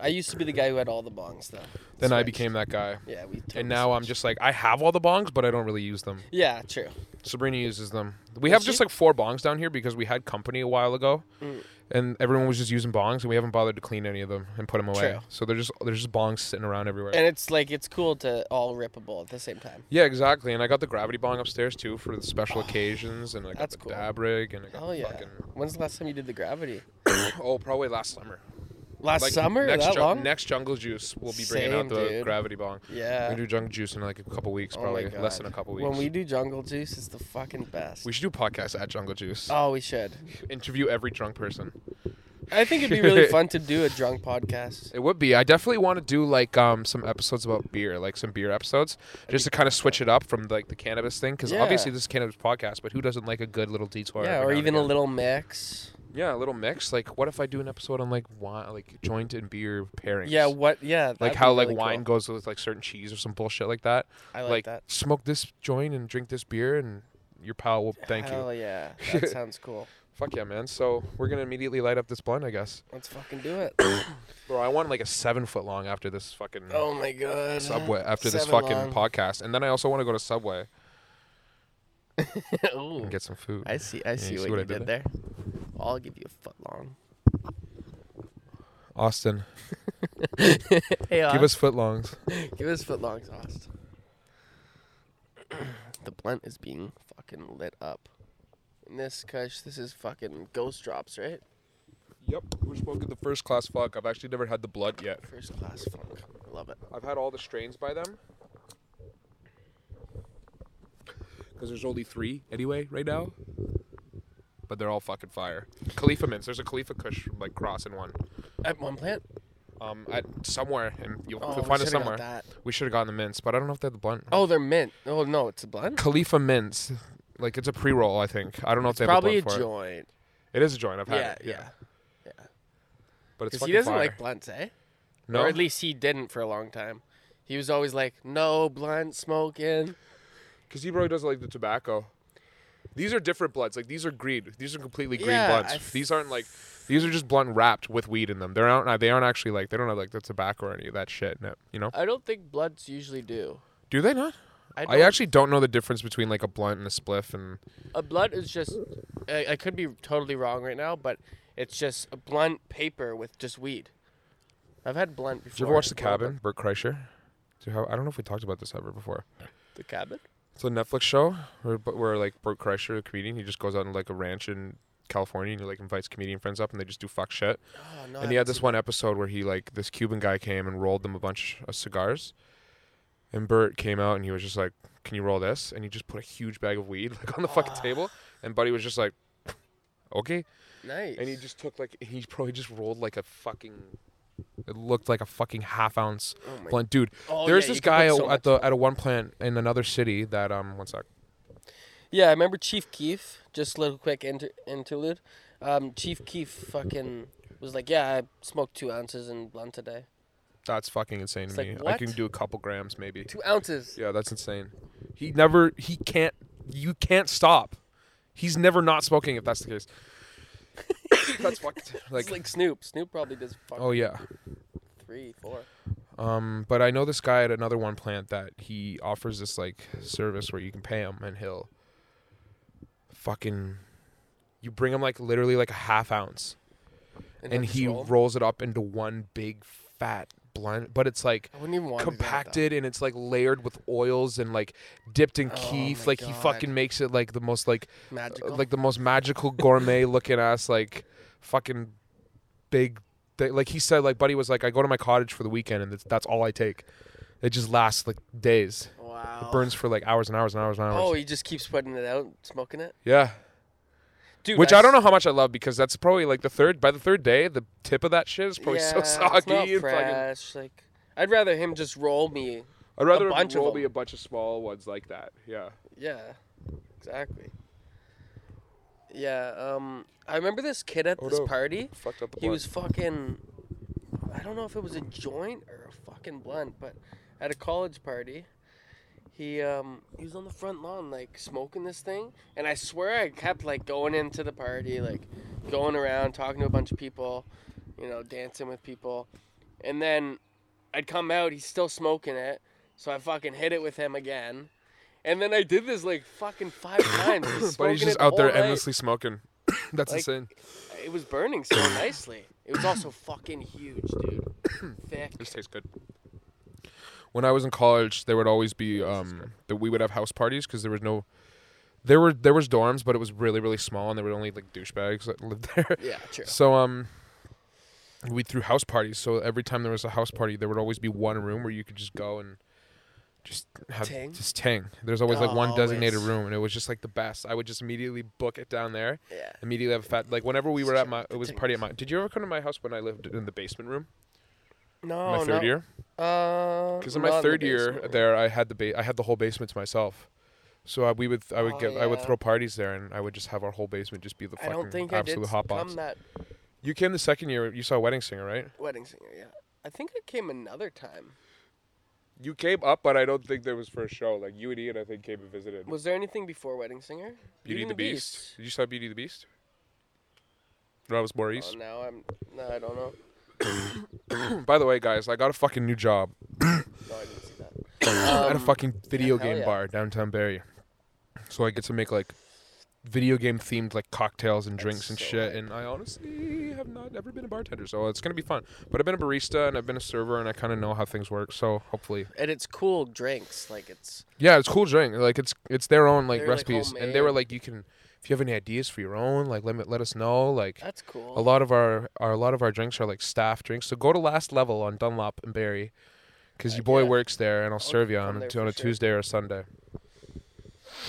[SPEAKER 1] I used to be the guy who had all the bongs though.
[SPEAKER 2] Then I
[SPEAKER 1] Switched.
[SPEAKER 2] became that guy.
[SPEAKER 1] Yeah, we. totally
[SPEAKER 2] And now I'm
[SPEAKER 1] switched.
[SPEAKER 2] just like I have all the bongs, but I don't really use them.
[SPEAKER 1] Yeah, true.
[SPEAKER 2] Sabrina uses them. We
[SPEAKER 1] Does
[SPEAKER 2] have just
[SPEAKER 1] she?
[SPEAKER 2] like four bongs down here because we had company a while ago,
[SPEAKER 1] Mm.
[SPEAKER 2] and everyone was just using bongs, and we haven't bothered to clean any of them and put them away.
[SPEAKER 1] True.
[SPEAKER 2] So they're just there's just bongs sitting around everywhere.
[SPEAKER 1] And it's like it's cool to all rip a bowl at the same time.
[SPEAKER 2] yeah, exactly. And I got the gravity bong upstairs too for the special occasions, and I got
[SPEAKER 1] That's
[SPEAKER 2] the
[SPEAKER 1] cool.
[SPEAKER 2] dab rig, and I got
[SPEAKER 1] Hell
[SPEAKER 2] the
[SPEAKER 1] yeah!
[SPEAKER 2] fucking (coughs)
[SPEAKER 1] When's the last time you did the gravity?
[SPEAKER 2] oh probably last summer.
[SPEAKER 1] Last
[SPEAKER 2] Like,
[SPEAKER 1] summer?
[SPEAKER 2] next
[SPEAKER 1] that
[SPEAKER 2] ju-
[SPEAKER 1] long?
[SPEAKER 2] next jungle juice we'll be bringing
[SPEAKER 1] Same,
[SPEAKER 2] out the
[SPEAKER 1] dude.
[SPEAKER 2] gravity bong.
[SPEAKER 1] yeah.
[SPEAKER 2] We do jungle juice in like a couple weeks,
[SPEAKER 1] Oh my
[SPEAKER 2] probably less
[SPEAKER 1] God.
[SPEAKER 2] than a couple weeks.
[SPEAKER 1] When we do jungle juice, it's the fucking best.
[SPEAKER 2] We should do podcasts at Jungle Juice.
[SPEAKER 1] oh, we should.
[SPEAKER 2] Interview every drunk person.
[SPEAKER 1] I think it'd be really
[SPEAKER 2] (laughs)
[SPEAKER 1] fun to do a drunk podcast.
[SPEAKER 2] It would be. I definitely want to do like um some episodes about beer, like some beer episodes, just to kind of switch it up from like the cannabis thing, because
[SPEAKER 1] Yeah.
[SPEAKER 2] obviously this is a cannabis podcast, but who doesn't like a good little detour?
[SPEAKER 1] yeah,
[SPEAKER 2] every
[SPEAKER 1] or
[SPEAKER 2] now and
[SPEAKER 1] even a
[SPEAKER 2] again?
[SPEAKER 1] little mix.
[SPEAKER 2] Yeah, a little mix. Like, what if I do an episode on like wine, like joint and beer pairings?
[SPEAKER 1] Yeah, what? Yeah, that'd
[SPEAKER 2] Like
[SPEAKER 1] be
[SPEAKER 2] how
[SPEAKER 1] really
[SPEAKER 2] like
[SPEAKER 1] cool.
[SPEAKER 2] wine goes with like certain cheese or some bullshit like that.
[SPEAKER 1] I like, that.
[SPEAKER 2] smoke this joint and drink this beer, and your
[SPEAKER 1] (sighs)
[SPEAKER 2] pal will thank you.
[SPEAKER 1] Hell yeah,
[SPEAKER 2] (laughs)
[SPEAKER 1] that sounds cool.
[SPEAKER 2] Fuck yeah, man. So we're gonna immediately light up this blunt, I guess.
[SPEAKER 1] Let's fucking do it. (coughs)
[SPEAKER 2] Bro, I want like a seven foot long after this fucking
[SPEAKER 1] Oh my god.
[SPEAKER 2] subway after this
[SPEAKER 1] Seven
[SPEAKER 2] fucking
[SPEAKER 1] long.
[SPEAKER 2] podcast, and then I also want to go to Subway
[SPEAKER 1] (laughs) Ooh.
[SPEAKER 2] and get some food.
[SPEAKER 1] I see. I see
[SPEAKER 2] you
[SPEAKER 1] what,
[SPEAKER 2] see what
[SPEAKER 1] you
[SPEAKER 2] I did
[SPEAKER 1] did there. I'll give you a foot long.
[SPEAKER 2] Austin,
[SPEAKER 1] hey,
[SPEAKER 2] give us foot longs.
[SPEAKER 1] give us foot longs,
[SPEAKER 2] (coughs)
[SPEAKER 1] Ost. the blunt is being fucking lit up. And this, cush, this is fucking ghost drops, right?
[SPEAKER 2] Yep, we're smoking the first class fuck. I've actually never had the blood yet.
[SPEAKER 1] First class funk. I love it.
[SPEAKER 2] I've had all the strains by them. Because there's only three anyway right now. But they're all fucking fire. Khalifa mints. There's a Khalifa Kush like cross in one.
[SPEAKER 1] At one plant.
[SPEAKER 2] Um, at somewhere and you'll
[SPEAKER 1] Oh,
[SPEAKER 2] you'll
[SPEAKER 1] we
[SPEAKER 2] find it
[SPEAKER 1] should've got
[SPEAKER 2] somewhere.
[SPEAKER 1] that.
[SPEAKER 2] We should have gotten the mints, but I don't know if they have the blunt.
[SPEAKER 1] Oh, they're mint. Oh no, it's a blunt.
[SPEAKER 2] Khalifa mints. Like it's a pre-roll, I think. I don't know if they have
[SPEAKER 1] Probably
[SPEAKER 2] a
[SPEAKER 1] a
[SPEAKER 2] blunt for it.
[SPEAKER 1] joint.
[SPEAKER 2] It is a joint. I've had
[SPEAKER 1] Yeah,
[SPEAKER 2] it. Yeah,
[SPEAKER 1] yeah.
[SPEAKER 2] But
[SPEAKER 1] Because
[SPEAKER 2] it's
[SPEAKER 1] he
[SPEAKER 2] fucking
[SPEAKER 1] doesn't
[SPEAKER 2] fire.
[SPEAKER 1] like blunts, eh?
[SPEAKER 2] no.
[SPEAKER 1] Or at least he didn't for a long time. He was always like, "No blunt smoking."
[SPEAKER 2] because he probably doesn't like the tobacco. These are different blunts. Like these are green. These are completely green
[SPEAKER 1] Yeah,
[SPEAKER 2] blunts.
[SPEAKER 1] I f-
[SPEAKER 2] these aren't like. These are just blunt wrapped with weed in them. They aren't. They aren't actually like. They don't have like the tobacco or any of that shit in it. You know?
[SPEAKER 1] I don't think blunts usually do.
[SPEAKER 2] Do they not?
[SPEAKER 1] I,
[SPEAKER 2] I,
[SPEAKER 1] don't-
[SPEAKER 2] actually don't know the difference between like a blunt and a spliff. And
[SPEAKER 1] a blunt is just. I, I could be totally wrong right now, but it's just a blunt paper with just weed. I've had blunt before.
[SPEAKER 2] did you ever watch The
[SPEAKER 1] as well, but-
[SPEAKER 2] Cabin? Bert Kreischer. Do you have, I don't know if we talked about this ever before.
[SPEAKER 1] The cabin.
[SPEAKER 2] It's a Netflix show where, but where like Bert Kreischer, the comedian, he just goes out on like a ranch in California and he like invites comedian friends up and they just do fuck shit.
[SPEAKER 1] Oh no.
[SPEAKER 2] and he had this one episode where he like this Cuban guy came and rolled them a bunch of cigars, and Bert came out and he was just like, "Can you roll this?" And he just put a huge bag of weed (laughs) like on the fucking
[SPEAKER 1] Ah.
[SPEAKER 2] table, and Buddy was just like, (laughs) "Okay,"
[SPEAKER 1] Nice.
[SPEAKER 2] and he just took like he probably just rolled like a fucking. It looked like a fucking half ounce
[SPEAKER 1] Oh my.
[SPEAKER 2] blunt, dude.
[SPEAKER 1] Oh,
[SPEAKER 2] there's
[SPEAKER 1] yeah,
[SPEAKER 2] this
[SPEAKER 1] you can put
[SPEAKER 2] guy at,
[SPEAKER 1] so much-
[SPEAKER 2] at the at a one plant in another city that um one sec.
[SPEAKER 1] Yeah, I remember Chief Keef. Just a little quick inter- interlude. Um, Chief Keef fucking was like, "Yeah, I smoked two ounces in blunt today.
[SPEAKER 2] That's fucking insane
[SPEAKER 1] It's
[SPEAKER 2] to
[SPEAKER 1] like,
[SPEAKER 2] me. I
[SPEAKER 1] what?
[SPEAKER 2] can do a couple grams maybe.
[SPEAKER 1] Two ounces."
[SPEAKER 2] Yeah, that's insane. He never he can't you can't stop. He's never not smoking if that's the (laughs) case. that's fucked.
[SPEAKER 1] Like,
[SPEAKER 2] Like,
[SPEAKER 1] like Snoop. Snoop probably does fucking
[SPEAKER 2] oh yeah.
[SPEAKER 1] three, four.
[SPEAKER 2] Um but I know this guy at another one plant that he offers this like service where you can pay him and he'll fucking you bring him like literally like a half ounce and
[SPEAKER 1] like,
[SPEAKER 2] he
[SPEAKER 1] roll.
[SPEAKER 2] rolls it up into one big fat blunt but it's like
[SPEAKER 1] I wouldn't even want To do
[SPEAKER 2] compacted and it's like layered with oils and like dipped in
[SPEAKER 1] Oh
[SPEAKER 2] keef
[SPEAKER 1] my
[SPEAKER 2] like he
[SPEAKER 1] God.
[SPEAKER 2] fucking makes it like the most like
[SPEAKER 1] that, though. Magical.
[SPEAKER 2] uh, like the most magical gourmet looking ass like fucking big thing. like he said like buddy was like i go to my cottage for the weekend and that's, that's all i take it just lasts like days
[SPEAKER 1] wow.
[SPEAKER 2] it burns for like hours and hours and hours and hours
[SPEAKER 1] Oh, he just keeps putting it out, smoking it,
[SPEAKER 2] yeah
[SPEAKER 1] dude.
[SPEAKER 2] which i
[SPEAKER 1] s-
[SPEAKER 2] don't know how much i love because that's probably like the third by the third day the tip of that shit is probably
[SPEAKER 1] yeah,
[SPEAKER 2] so
[SPEAKER 1] It's not
[SPEAKER 2] soggy and fucking
[SPEAKER 1] fresh. Like, I'd rather him just roll me.
[SPEAKER 2] i'd rather
[SPEAKER 1] A bunch of
[SPEAKER 2] roll
[SPEAKER 1] them.
[SPEAKER 2] me a bunch of small ones like that yeah
[SPEAKER 1] Yeah, exactly. Yeah, um, I remember this kid at
[SPEAKER 2] Oh,
[SPEAKER 1] this
[SPEAKER 2] no.
[SPEAKER 1] party.
[SPEAKER 2] Fucked up the
[SPEAKER 1] He
[SPEAKER 2] blunt.
[SPEAKER 1] was fucking. I don't know if it was a joint or a fucking blunt, but at a college party, he um he was on the front lawn like smoking this thing, and I swear I kept like going into the party, like going around talking to a bunch of people, you know, dancing with people, and then I'd come out, he's still smoking it, so I fucking hit it with him again. And then I did this like fucking
[SPEAKER 2] (coughs)
[SPEAKER 1] five times. He's
[SPEAKER 2] But he's
[SPEAKER 1] smoking it
[SPEAKER 2] just out there
[SPEAKER 1] all night.
[SPEAKER 2] endlessly smoking. (coughs) That's
[SPEAKER 1] Like-
[SPEAKER 2] insane.
[SPEAKER 1] It was burning so (coughs) nicely. It was also fucking huge, (coughs) dude. Thick.
[SPEAKER 2] This tastes good. When I was in college, there would always be um that we would have house parties because there was no, there were there was dorms, but it was really really small and there were only like douchebags that (laughs) lived there.
[SPEAKER 1] Yeah, true.
[SPEAKER 2] So um, we threw house parties. So every time there was a house party, there would always be one room where you could just go and just have
[SPEAKER 1] Tang?
[SPEAKER 2] just tang. There's always like one
[SPEAKER 1] Oh,
[SPEAKER 2] designated
[SPEAKER 1] always.
[SPEAKER 2] room, and it was just like the best. I would just immediately book it down there.
[SPEAKER 1] Yeah.
[SPEAKER 2] Immediately have a fat like whenever we were at my it was a party at
[SPEAKER 1] Tangs.
[SPEAKER 2] my. Did you ever come to my house when I lived in the basement room?
[SPEAKER 1] Oh, No,
[SPEAKER 2] my
[SPEAKER 1] no.
[SPEAKER 2] third year.
[SPEAKER 1] Uh,
[SPEAKER 2] Because in my
[SPEAKER 1] not the
[SPEAKER 2] third year
[SPEAKER 1] basement.
[SPEAKER 2] there, I had the ba- I had the whole basement to myself. So I, we would I would
[SPEAKER 1] Oh,
[SPEAKER 2] get I would
[SPEAKER 1] yeah.
[SPEAKER 2] throw parties there, and I would just have our whole basement just be the
[SPEAKER 1] I
[SPEAKER 2] fucking
[SPEAKER 1] don't think I did
[SPEAKER 2] absolute hot
[SPEAKER 1] come
[SPEAKER 2] box.
[SPEAKER 1] that
[SPEAKER 2] You came the second year. You saw Wedding Singer, right?
[SPEAKER 1] wedding singer. Yeah, I think I came another time.
[SPEAKER 2] You came up, but I don't think there was for a show. Like you and Ian, I think came and visited.
[SPEAKER 1] Was there anything before wedding singer?
[SPEAKER 2] Beauty and the Beast. Did you saw Beauty and the Beast? No, it was Maurice.
[SPEAKER 1] Oh, now I'm. No, I don't know.
[SPEAKER 2] By the way, guys, I got a fucking new job
[SPEAKER 1] No, I didn't see that.
[SPEAKER 2] at a fucking video
[SPEAKER 1] hell
[SPEAKER 2] game
[SPEAKER 1] Um, yeah.
[SPEAKER 2] bar downtown Barrie. So I get to make like video game themed like cocktails and drinks and
[SPEAKER 1] so
[SPEAKER 2] shit. And I honestly have not ever been a bartender, so it's gonna be fun. But I've been a barista and I've been a server, and I kind of know how things work. So hopefully,
[SPEAKER 1] And it's cool drinks. Like it's.
[SPEAKER 2] Yeah, it's cool drink. Like it's it's their own like
[SPEAKER 1] They're, like,
[SPEAKER 2] recipes, and they were
[SPEAKER 1] homemade.
[SPEAKER 2] like, you can if you have any ideas for your own, like let me, let us know. Like
[SPEAKER 1] That's
[SPEAKER 2] a
[SPEAKER 1] cool.
[SPEAKER 2] lot of our, our a lot of our drinks are like staff drinks. So go to Last Level on Dunlop and Barry, because your boy
[SPEAKER 1] yeah.
[SPEAKER 2] works there, and I'll serve you
[SPEAKER 1] come
[SPEAKER 2] on a-
[SPEAKER 1] there
[SPEAKER 2] on a
[SPEAKER 1] for sure.
[SPEAKER 2] Tuesday or a Sunday.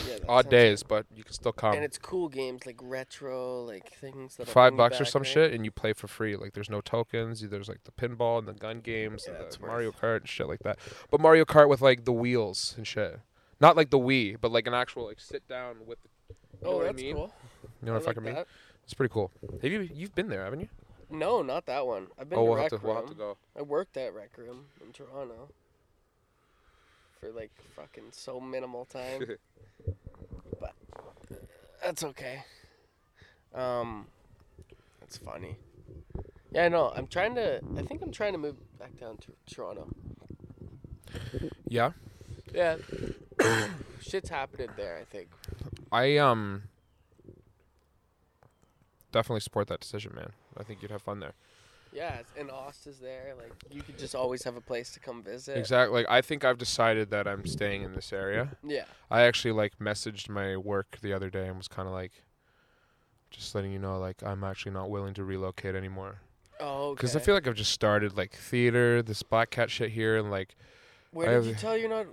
[SPEAKER 1] Yeah, that
[SPEAKER 2] Odd
[SPEAKER 1] sounds-
[SPEAKER 2] days, but you can still
[SPEAKER 1] And
[SPEAKER 2] come.
[SPEAKER 1] it's cool games like retro, like things that.
[SPEAKER 2] Five bucks or some shit, and you play for free. Like there's no tokens. There's like the pinball and the gun games
[SPEAKER 1] Yeah,
[SPEAKER 2] and
[SPEAKER 1] it's
[SPEAKER 2] the
[SPEAKER 1] worth-
[SPEAKER 2] Mario Kart and shit like that. But Mario Kart with like the wheels and shit. Not like the Wii, but like an actual like sit down with. The, you know
[SPEAKER 1] Oh,
[SPEAKER 2] what
[SPEAKER 1] that's
[SPEAKER 2] I mean?
[SPEAKER 1] cool.
[SPEAKER 2] You know what I fucking mean? It's pretty cool. Have you you've been there, haven't you?
[SPEAKER 1] No, not that one. I've been
[SPEAKER 2] oh,
[SPEAKER 1] to
[SPEAKER 2] we'll
[SPEAKER 1] rec
[SPEAKER 2] have to
[SPEAKER 1] room.
[SPEAKER 2] we'll have to go.
[SPEAKER 1] I worked at rec room in Toronto for like fucking so minimal time,
[SPEAKER 2] (laughs)
[SPEAKER 1] but that's okay. Um, that's funny. Yeah, I know. I'm trying to. I think I'm trying to move back down to Toronto.
[SPEAKER 2] Yeah,
[SPEAKER 1] Yeah. (coughs) Shit's happening there. I think.
[SPEAKER 2] I um definitely support that decision, man. I think you'd have fun there.
[SPEAKER 1] Yeah, it's- and Aust is there. Like you could just always have a place to come visit.
[SPEAKER 2] Exactly. Like I think I've decided that I'm staying in this area.
[SPEAKER 1] Yeah.
[SPEAKER 2] I actually like messaged my work the other day and was kind of like just letting you know like I'm actually not willing to relocate anymore
[SPEAKER 1] Oh.
[SPEAKER 2] because
[SPEAKER 1] Because okay.
[SPEAKER 2] I feel like I've just started like theater, this black cat shit here, and like
[SPEAKER 1] Where
[SPEAKER 2] I
[SPEAKER 1] did
[SPEAKER 2] have-
[SPEAKER 1] you tell you're not?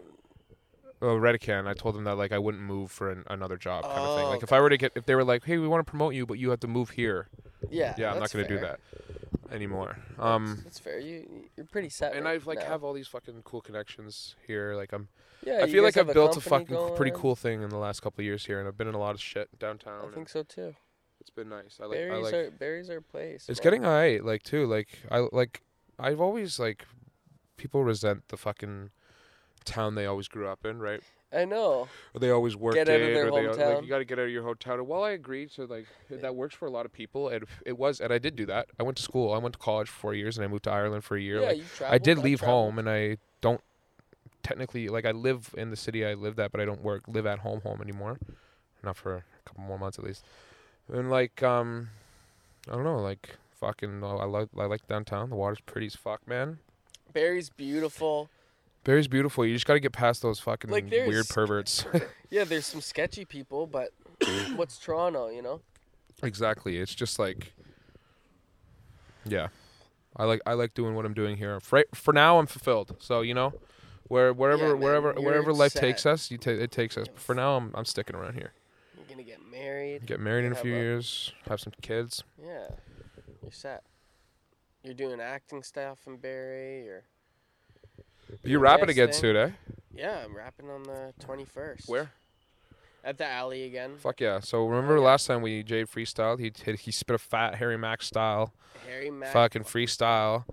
[SPEAKER 2] Well, Redican, I told them that like I wouldn't move for an, another job kind of thing.
[SPEAKER 1] Oh,
[SPEAKER 2] Like if I were to get, if they were like, hey, we want to promote you, but you have to move here.
[SPEAKER 1] Yeah.
[SPEAKER 2] Yeah, I'm not
[SPEAKER 1] that's
[SPEAKER 2] gonna do
[SPEAKER 1] fair.
[SPEAKER 2] that anymore. Um,
[SPEAKER 1] That's fair. You you're pretty set.
[SPEAKER 2] and
[SPEAKER 1] right
[SPEAKER 2] I've like
[SPEAKER 1] now.
[SPEAKER 2] have all these fucking cool connections here. Like I'm,
[SPEAKER 1] Yeah,
[SPEAKER 2] I
[SPEAKER 1] you
[SPEAKER 2] feel
[SPEAKER 1] guys
[SPEAKER 2] like
[SPEAKER 1] have
[SPEAKER 2] I've built a
[SPEAKER 1] company
[SPEAKER 2] fucking pretty
[SPEAKER 1] going.
[SPEAKER 2] cool thing in the last couple of years here, and I've been in a lot of shit downtown.
[SPEAKER 1] I
[SPEAKER 2] and
[SPEAKER 1] think so too.
[SPEAKER 2] it's been nice. I like, I
[SPEAKER 1] Berries
[SPEAKER 2] like.
[SPEAKER 1] are berries are a place.
[SPEAKER 2] it's
[SPEAKER 1] man.
[SPEAKER 2] getting alright. Like too, like I like. I've always like, people resent the fucking town they always grew up in, right?
[SPEAKER 1] I know.
[SPEAKER 2] or they always worked
[SPEAKER 1] Get out of
[SPEAKER 2] in,
[SPEAKER 1] their
[SPEAKER 2] or they like,
[SPEAKER 1] hometown.
[SPEAKER 2] you got to get out of your hometown. Well, I agree to like that works for a lot of people, and it was, and I did do that. I went to school. I went to college for four years, and I moved to Ireland for a year.
[SPEAKER 1] yeah,
[SPEAKER 2] like,
[SPEAKER 1] you
[SPEAKER 2] I
[SPEAKER 1] traveled,
[SPEAKER 2] did leave
[SPEAKER 1] traveled.
[SPEAKER 2] home, and I don't technically like I live in the city I lived at, but I don't work live at home home anymore. Not for a couple more months at least. And like um, I don't know, like fucking, I like I like downtown. The water's pretty as fuck, man.
[SPEAKER 1] Berries beautiful.
[SPEAKER 2] Barry's beautiful. You just got to get past those fucking
[SPEAKER 1] Like, there's-
[SPEAKER 2] weird perverts.
[SPEAKER 1] Yeah, there's some sketchy people,
[SPEAKER 2] (coughs)
[SPEAKER 1] but what's Toronto? You know.
[SPEAKER 2] Exactly. It's just like, yeah, I like I like doing what I'm doing here. For for now, I'm fulfilled. So you know, where wherever
[SPEAKER 1] Yeah, man,
[SPEAKER 2] wherever
[SPEAKER 1] you're
[SPEAKER 2] wherever life
[SPEAKER 1] set.
[SPEAKER 2] takes us, you ta- it takes us. But for now, I'm I'm sticking around here.
[SPEAKER 1] You're gonna get married.
[SPEAKER 2] Get married in a
[SPEAKER 1] Have
[SPEAKER 2] few
[SPEAKER 1] a-
[SPEAKER 2] years, have some kids.
[SPEAKER 1] Yeah, you're set. You're doing acting stuff in Barry, or
[SPEAKER 2] You're rapping
[SPEAKER 1] next
[SPEAKER 2] again
[SPEAKER 1] thing-
[SPEAKER 2] soon, eh?
[SPEAKER 1] yeah, I'm rapping on the 21st. At the alley again.
[SPEAKER 2] Fuck yeah. So remember last time we Jade freestyled, he did, he spit a fat Harry Max style
[SPEAKER 1] Harry Mack.
[SPEAKER 2] fucking freestyle,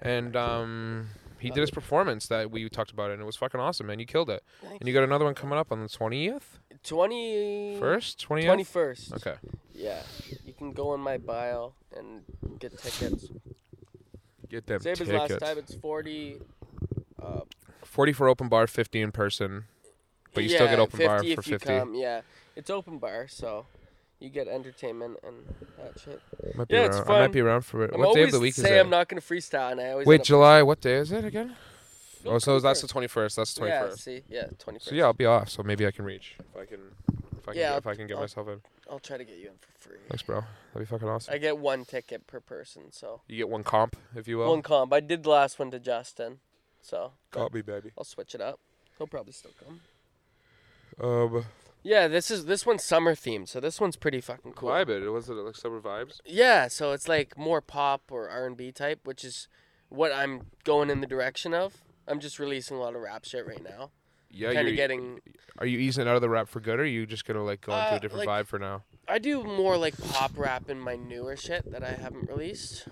[SPEAKER 2] and um he did his performance that we talked about and it was fucking awesome, man. You killed it. And you got another one coming up on the twentieth,
[SPEAKER 1] 20
[SPEAKER 2] first, twentieth.
[SPEAKER 1] 21st.
[SPEAKER 2] Okay.
[SPEAKER 1] Yeah. You can go in my bio and get tickets.
[SPEAKER 2] Get them
[SPEAKER 1] Same as last time.
[SPEAKER 2] tickets.
[SPEAKER 1] It's 40. Uh,
[SPEAKER 2] Forty for open bar, fifty in person. But you still get
[SPEAKER 1] yeah,
[SPEAKER 2] open bar
[SPEAKER 1] 50
[SPEAKER 2] for
[SPEAKER 1] if you
[SPEAKER 2] 50.
[SPEAKER 1] come, Yeah. It's open bar, so you get entertainment and that shit.
[SPEAKER 2] Might
[SPEAKER 1] Yeah,
[SPEAKER 2] be
[SPEAKER 1] it's
[SPEAKER 2] around. I might
[SPEAKER 1] fun.
[SPEAKER 2] be around for it.
[SPEAKER 1] I'm
[SPEAKER 2] what day of
[SPEAKER 1] always
[SPEAKER 2] the week
[SPEAKER 1] say
[SPEAKER 2] is it?
[SPEAKER 1] I'm not going to freestyle, and I always
[SPEAKER 2] Wait,
[SPEAKER 1] end up-
[SPEAKER 2] July. What day is it again? Oh, so that's the
[SPEAKER 1] 21st.
[SPEAKER 2] twenty first. That's the twenty
[SPEAKER 1] Yeah,
[SPEAKER 2] first.
[SPEAKER 1] see? Yeah, 21st.
[SPEAKER 2] So yeah, I'll be off. So maybe I can reach if I can, if I
[SPEAKER 1] Yeah,
[SPEAKER 2] can, get,
[SPEAKER 1] I'll-
[SPEAKER 2] if I can get
[SPEAKER 1] I'll-
[SPEAKER 2] myself in.
[SPEAKER 1] I'll try to get you in for free.
[SPEAKER 2] Thanks, bro. That'd be fucking awesome.
[SPEAKER 1] I get one ticket per person, so.
[SPEAKER 2] You get one comp, if you will.
[SPEAKER 1] One comp. I did the last one to Justin, so
[SPEAKER 2] comp, me, baby.
[SPEAKER 1] I'll switch it up. He'll probably still come.
[SPEAKER 2] Um,
[SPEAKER 1] Yeah, this is this one's summer themed, so this one's pretty fucking cool.
[SPEAKER 2] vibe it. Was it like summer vibes?
[SPEAKER 1] Yeah, so it's like more pop or R and B type, which is what I'm going in the direction of. I'm just releasing a lot of rap shit right now.
[SPEAKER 2] Yeah,
[SPEAKER 1] kind
[SPEAKER 2] Oh, you're,
[SPEAKER 1] of getting.
[SPEAKER 2] are you easing out of the rap for good, or are you just gonna like go into
[SPEAKER 1] Uh,
[SPEAKER 2] a different
[SPEAKER 1] like-
[SPEAKER 2] vibe for now?
[SPEAKER 1] I do more like pop rap in my newer shit that I haven't released,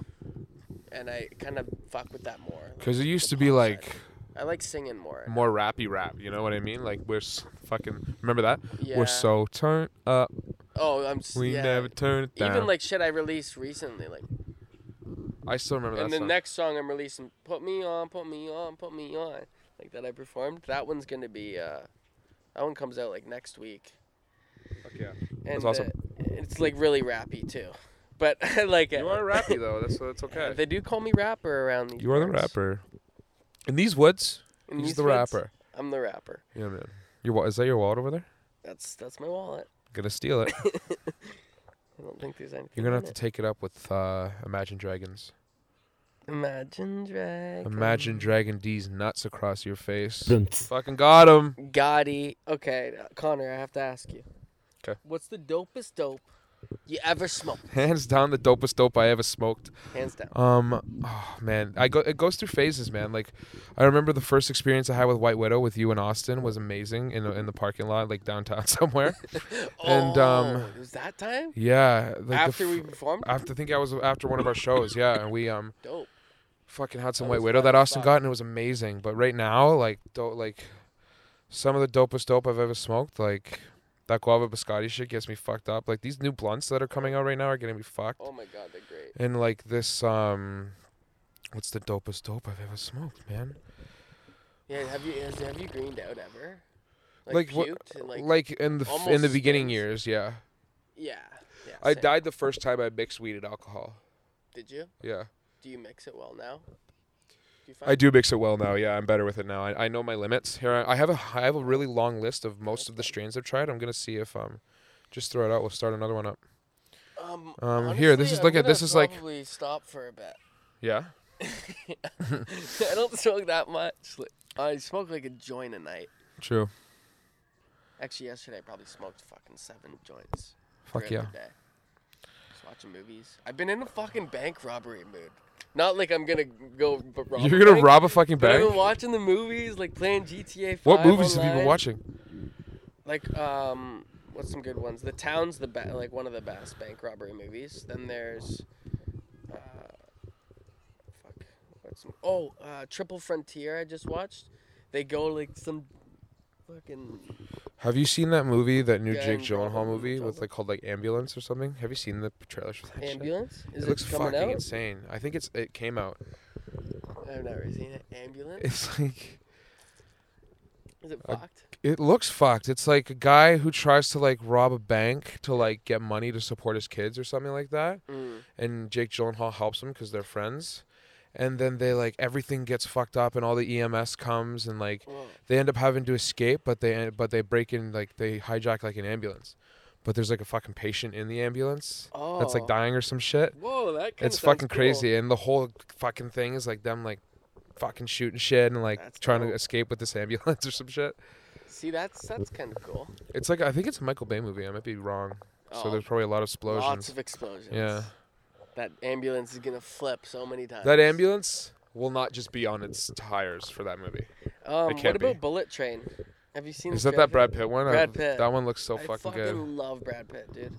[SPEAKER 1] and I kind of fuck with that more.
[SPEAKER 2] Because it used
[SPEAKER 1] the
[SPEAKER 2] to be
[SPEAKER 1] pop
[SPEAKER 2] like
[SPEAKER 1] side. I like singing more.
[SPEAKER 2] more rappy rap. You know what I mean? Like we're s- fucking. Remember that?
[SPEAKER 1] Yeah.
[SPEAKER 2] We're so turned up,
[SPEAKER 1] Oh, I'm. s-
[SPEAKER 2] we
[SPEAKER 1] yeah.
[SPEAKER 2] never turn it down.
[SPEAKER 1] Even like shit I released recently, like.
[SPEAKER 2] I still remember that
[SPEAKER 1] and the
[SPEAKER 2] song.
[SPEAKER 1] next song I'm releasing, "Put Me On, Put Me On, Put Me On," like that I performed. That one's gonna be, uh, that one comes out like next week.
[SPEAKER 2] Fuck yeah.
[SPEAKER 1] And
[SPEAKER 2] That's awesome.
[SPEAKER 1] uh, it's like really rappy too, (laughs) but I like it.
[SPEAKER 2] You are rappy though. That's that's okay.
[SPEAKER 1] They do call me rapper around these.
[SPEAKER 2] You are the
[SPEAKER 1] parts.
[SPEAKER 2] rapper. In these woods,
[SPEAKER 1] In
[SPEAKER 2] he's
[SPEAKER 1] these
[SPEAKER 2] the
[SPEAKER 1] woods,
[SPEAKER 2] rapper.
[SPEAKER 1] I'm the rapper.
[SPEAKER 2] Yeah, man. Your wa- is that your wallet over there?
[SPEAKER 1] That's that's my wallet.
[SPEAKER 2] Gonna steal it.
[SPEAKER 1] I don't think there's anything.
[SPEAKER 2] You're gonna
[SPEAKER 1] in (laughs)
[SPEAKER 2] have to take it up with uh, Imagine Dragons.
[SPEAKER 1] it. Imagine drag.
[SPEAKER 2] Imagine Dragon D's nuts across your face.
[SPEAKER 3] Boomts.
[SPEAKER 2] Fucking got him.
[SPEAKER 1] Gotti. Okay, uh, Connor, I have to ask you.
[SPEAKER 2] 'Kay.
[SPEAKER 1] What's the dopest dope you ever smoked?
[SPEAKER 2] Hands down, the dopest dope I ever smoked.
[SPEAKER 1] Hands down.
[SPEAKER 2] Um, oh man, I go. It goes through phases, man. Like, I remember the first experience I had with White Widow with you in Austin was amazing in the, in the parking lot, like
[SPEAKER 1] (laughs)
[SPEAKER 2] downtown (laughs) somewhere. And, um,
[SPEAKER 1] Oh, it was that time
[SPEAKER 2] yeah. Like the
[SPEAKER 1] after
[SPEAKER 2] f-
[SPEAKER 1] we performed.
[SPEAKER 2] after, I think I was after one of our shows. Yeah, and we um.
[SPEAKER 1] Dope.
[SPEAKER 2] fucking
[SPEAKER 1] (laughs)
[SPEAKER 2] had some
[SPEAKER 1] That
[SPEAKER 2] White
[SPEAKER 1] was
[SPEAKER 2] Widow
[SPEAKER 1] fun
[SPEAKER 2] that
[SPEAKER 1] as
[SPEAKER 2] Austin
[SPEAKER 1] fuck.
[SPEAKER 2] got, and it was amazing. But right now, like, do like some of the dopest dope I've ever smoked. Like that guava biscotti shit gets me fucked up. Like these new blunts that are coming out right now are getting me fucked.
[SPEAKER 1] Oh my god, they're great.
[SPEAKER 2] And like this, um, what's the dopest dope I've ever smoked, man?
[SPEAKER 1] Yeah, have you has, have you greened out ever?
[SPEAKER 2] Like, what-
[SPEAKER 1] puked and,
[SPEAKER 2] Like,
[SPEAKER 1] like,
[SPEAKER 2] in the f- in
[SPEAKER 1] almost
[SPEAKER 2] the beginning
[SPEAKER 1] spins.
[SPEAKER 2] years, yeah.
[SPEAKER 1] yeah. yeah
[SPEAKER 2] I
[SPEAKER 1] same.
[SPEAKER 2] died the first time I mixed weed and alcohol.
[SPEAKER 1] Did you?
[SPEAKER 2] Yeah,
[SPEAKER 1] Do you mix it well now? Do you
[SPEAKER 2] I do mix it well now. Yeah, I'm better with it now. I, I know my limits. Here, I, I have a I have a really long list of most of the strains I've tried. I'm gonna see if um, just throw it out. We'll start another one up.
[SPEAKER 1] Um,
[SPEAKER 2] Um, here,
[SPEAKER 1] honestly,
[SPEAKER 2] this is-
[SPEAKER 1] I'm
[SPEAKER 2] look at-
[SPEAKER 1] gonna
[SPEAKER 2] this is like-
[SPEAKER 1] Probably stop for a bit. (laughs)
[SPEAKER 2] Yeah.
[SPEAKER 1] I don't smoke that much. Like, I smoke like a joint a night.
[SPEAKER 2] True.
[SPEAKER 1] Actually, yesterday I probably smoked fucking seven joints.
[SPEAKER 2] Fuck
[SPEAKER 1] throughout
[SPEAKER 2] yeah.
[SPEAKER 1] the day. Just watching movies. I've been in a fucking bank robbery mood. Not like I'm gonna go. b- Rob a
[SPEAKER 2] You're gonna
[SPEAKER 1] bank,
[SPEAKER 2] rob a fucking
[SPEAKER 1] But I've been
[SPEAKER 2] bank.
[SPEAKER 1] watching the movies, like playing GTA. 5
[SPEAKER 2] What movies have
[SPEAKER 1] online.
[SPEAKER 2] you been watching?
[SPEAKER 1] Like, um, what's some good ones? The Town's the be- like one of the best bank robbery movies. Then there's, uh, fuck, what's some- oh, uh, Triple Frontier. I just watched. They go like some, fucking.
[SPEAKER 2] Have you seen that movie, that new
[SPEAKER 1] Yeah,
[SPEAKER 2] Jake
[SPEAKER 1] and Robin
[SPEAKER 2] Gyllenhaal movie
[SPEAKER 1] Hood.
[SPEAKER 2] with like called like Ambulance or something? Have you seen the trailers for that shit?
[SPEAKER 1] Ambulance? Is
[SPEAKER 2] It looks
[SPEAKER 1] coming
[SPEAKER 2] fucking
[SPEAKER 1] out?
[SPEAKER 2] insane. I think it's it came out. (laughs)
[SPEAKER 1] I've never seen it. Ambulance?
[SPEAKER 2] It's like
[SPEAKER 1] Is it
[SPEAKER 2] I-
[SPEAKER 1] fucked?
[SPEAKER 2] it looks fucked. It's like a guy who tries to like rob a bank to like get money to support his kids or something like that.
[SPEAKER 1] Mm.
[SPEAKER 2] and Jake Gyllenhaal helps him because they're friends. And then they like everything gets fucked up, and all the EMS comes, and like
[SPEAKER 1] Whoa.
[SPEAKER 2] they end up having to escape, but they but they break in like they hijack like an ambulance, but there's like a fucking patient in the ambulance
[SPEAKER 1] Oh.
[SPEAKER 2] that's like dying or some shit.
[SPEAKER 1] Whoa, that kind
[SPEAKER 2] It's fucking crazy, and the whole fucking thing is like them like fucking shooting shit and like
[SPEAKER 1] That's
[SPEAKER 2] trying to
[SPEAKER 1] dope.
[SPEAKER 2] escape with this ambulance (laughs) or some shit.
[SPEAKER 1] See, that's that's kind of cool.
[SPEAKER 2] It's like I think it's a Michael Bay movie. I might be wrong. So
[SPEAKER 1] Oh,
[SPEAKER 2] there's probably a lot of explosions.
[SPEAKER 1] Lots of explosions.
[SPEAKER 2] yeah.
[SPEAKER 1] That ambulance is gonna flip so many times.
[SPEAKER 2] That ambulance will not just be on its tires for that movie.
[SPEAKER 1] Um,
[SPEAKER 2] can't
[SPEAKER 1] what about
[SPEAKER 2] be.
[SPEAKER 1] Bullet Train? Have you seen
[SPEAKER 2] Is
[SPEAKER 1] this
[SPEAKER 2] that that Brad Pitt one? I-
[SPEAKER 1] Brad Pitt.
[SPEAKER 2] That one looks so
[SPEAKER 1] I
[SPEAKER 2] fucking,
[SPEAKER 1] fucking
[SPEAKER 2] good.
[SPEAKER 1] love Brad Pitt, dude.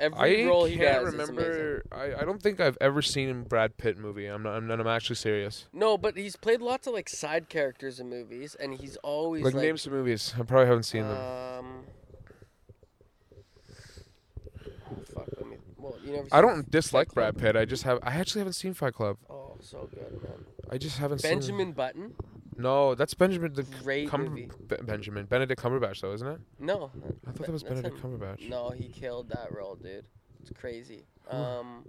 [SPEAKER 1] Every
[SPEAKER 2] I
[SPEAKER 1] role
[SPEAKER 2] can't
[SPEAKER 1] he does is amazing.
[SPEAKER 2] remember. I, I don't think I've ever seen a Brad Pitt movie. I'm not, I'm, not, I'm actually serious.
[SPEAKER 1] No, but he's played lots of like side characters in movies, and he's always
[SPEAKER 2] Like,
[SPEAKER 1] like,
[SPEAKER 2] name some movies. I probably haven't seen them.
[SPEAKER 1] um, fuck, let me. Well, you never.
[SPEAKER 2] I
[SPEAKER 1] seen-
[SPEAKER 2] don't dislike
[SPEAKER 1] Club.
[SPEAKER 2] Brad Pitt. I just have. I actually haven't seen Fight Club.
[SPEAKER 1] Oh, so good, man.
[SPEAKER 2] I just haven't seen.
[SPEAKER 1] Benjamin Button.
[SPEAKER 2] No, that's Benjamin. The
[SPEAKER 1] Great
[SPEAKER 2] Cumber-
[SPEAKER 1] movie.
[SPEAKER 2] Be- Benjamin Benedict Cumberbatch, though, isn't it?
[SPEAKER 1] No.
[SPEAKER 2] I thought that was
[SPEAKER 1] that's
[SPEAKER 2] Benedict
[SPEAKER 1] him.
[SPEAKER 2] Cumberbatch.
[SPEAKER 1] No, he killed that role, dude. It's crazy. Um,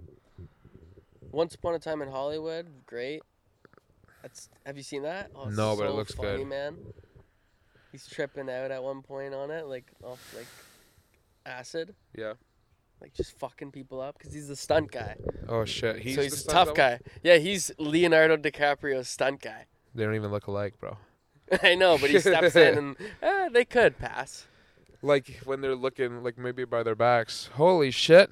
[SPEAKER 1] Once Upon a Time in Hollywood, great. That's have you seen that? Oh, it's
[SPEAKER 2] No, but it
[SPEAKER 1] so
[SPEAKER 2] looks
[SPEAKER 1] funny,
[SPEAKER 2] good.
[SPEAKER 1] man. He's tripping out at one point on it, like off like acid,
[SPEAKER 2] Yeah.
[SPEAKER 1] like just fucking people up because he's the stunt guy.
[SPEAKER 2] Oh shit. He's
[SPEAKER 1] so
[SPEAKER 2] the
[SPEAKER 1] he's a
[SPEAKER 2] stunt
[SPEAKER 1] tough
[SPEAKER 2] double?
[SPEAKER 1] guy. Yeah, he's Leonardo DiCaprio's stunt guy. (laughs)
[SPEAKER 2] They don't even look alike, bro.
[SPEAKER 1] I know, but he steps in and (laughs) eh, they could pass.
[SPEAKER 2] Like when they're looking, like maybe by their backs. Holy shit!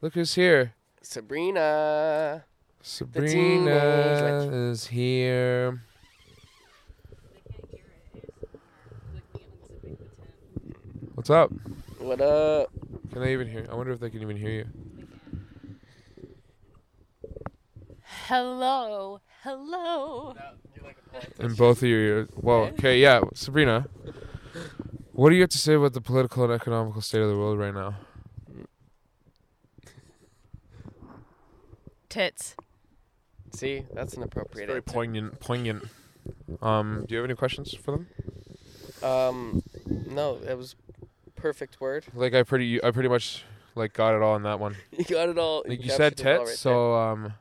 [SPEAKER 2] Look who's here.
[SPEAKER 1] Sabrina. teen was
[SPEAKER 2] Sabrina
[SPEAKER 1] like-
[SPEAKER 2] is here. What's up?
[SPEAKER 1] What up?
[SPEAKER 2] Can they even hear? I wonder if they can even hear you.
[SPEAKER 3] Hello, hello.
[SPEAKER 2] In both of your ears. Well, okay, yeah, Sabrina. What do you have to say about the political and economical state of the world right now?
[SPEAKER 3] Tits.
[SPEAKER 1] See, that's an
[SPEAKER 2] It's
[SPEAKER 1] appropriate
[SPEAKER 2] very
[SPEAKER 1] answer.
[SPEAKER 2] poignant. Poignant. Um, do you have any questions for them?
[SPEAKER 1] Um, no, that was perfect word.
[SPEAKER 2] Like I pretty, I pretty much like got it all in that one.
[SPEAKER 1] (laughs) You got it all.
[SPEAKER 2] Like you said
[SPEAKER 1] captured it all
[SPEAKER 2] tits,
[SPEAKER 1] right there.
[SPEAKER 2] so um,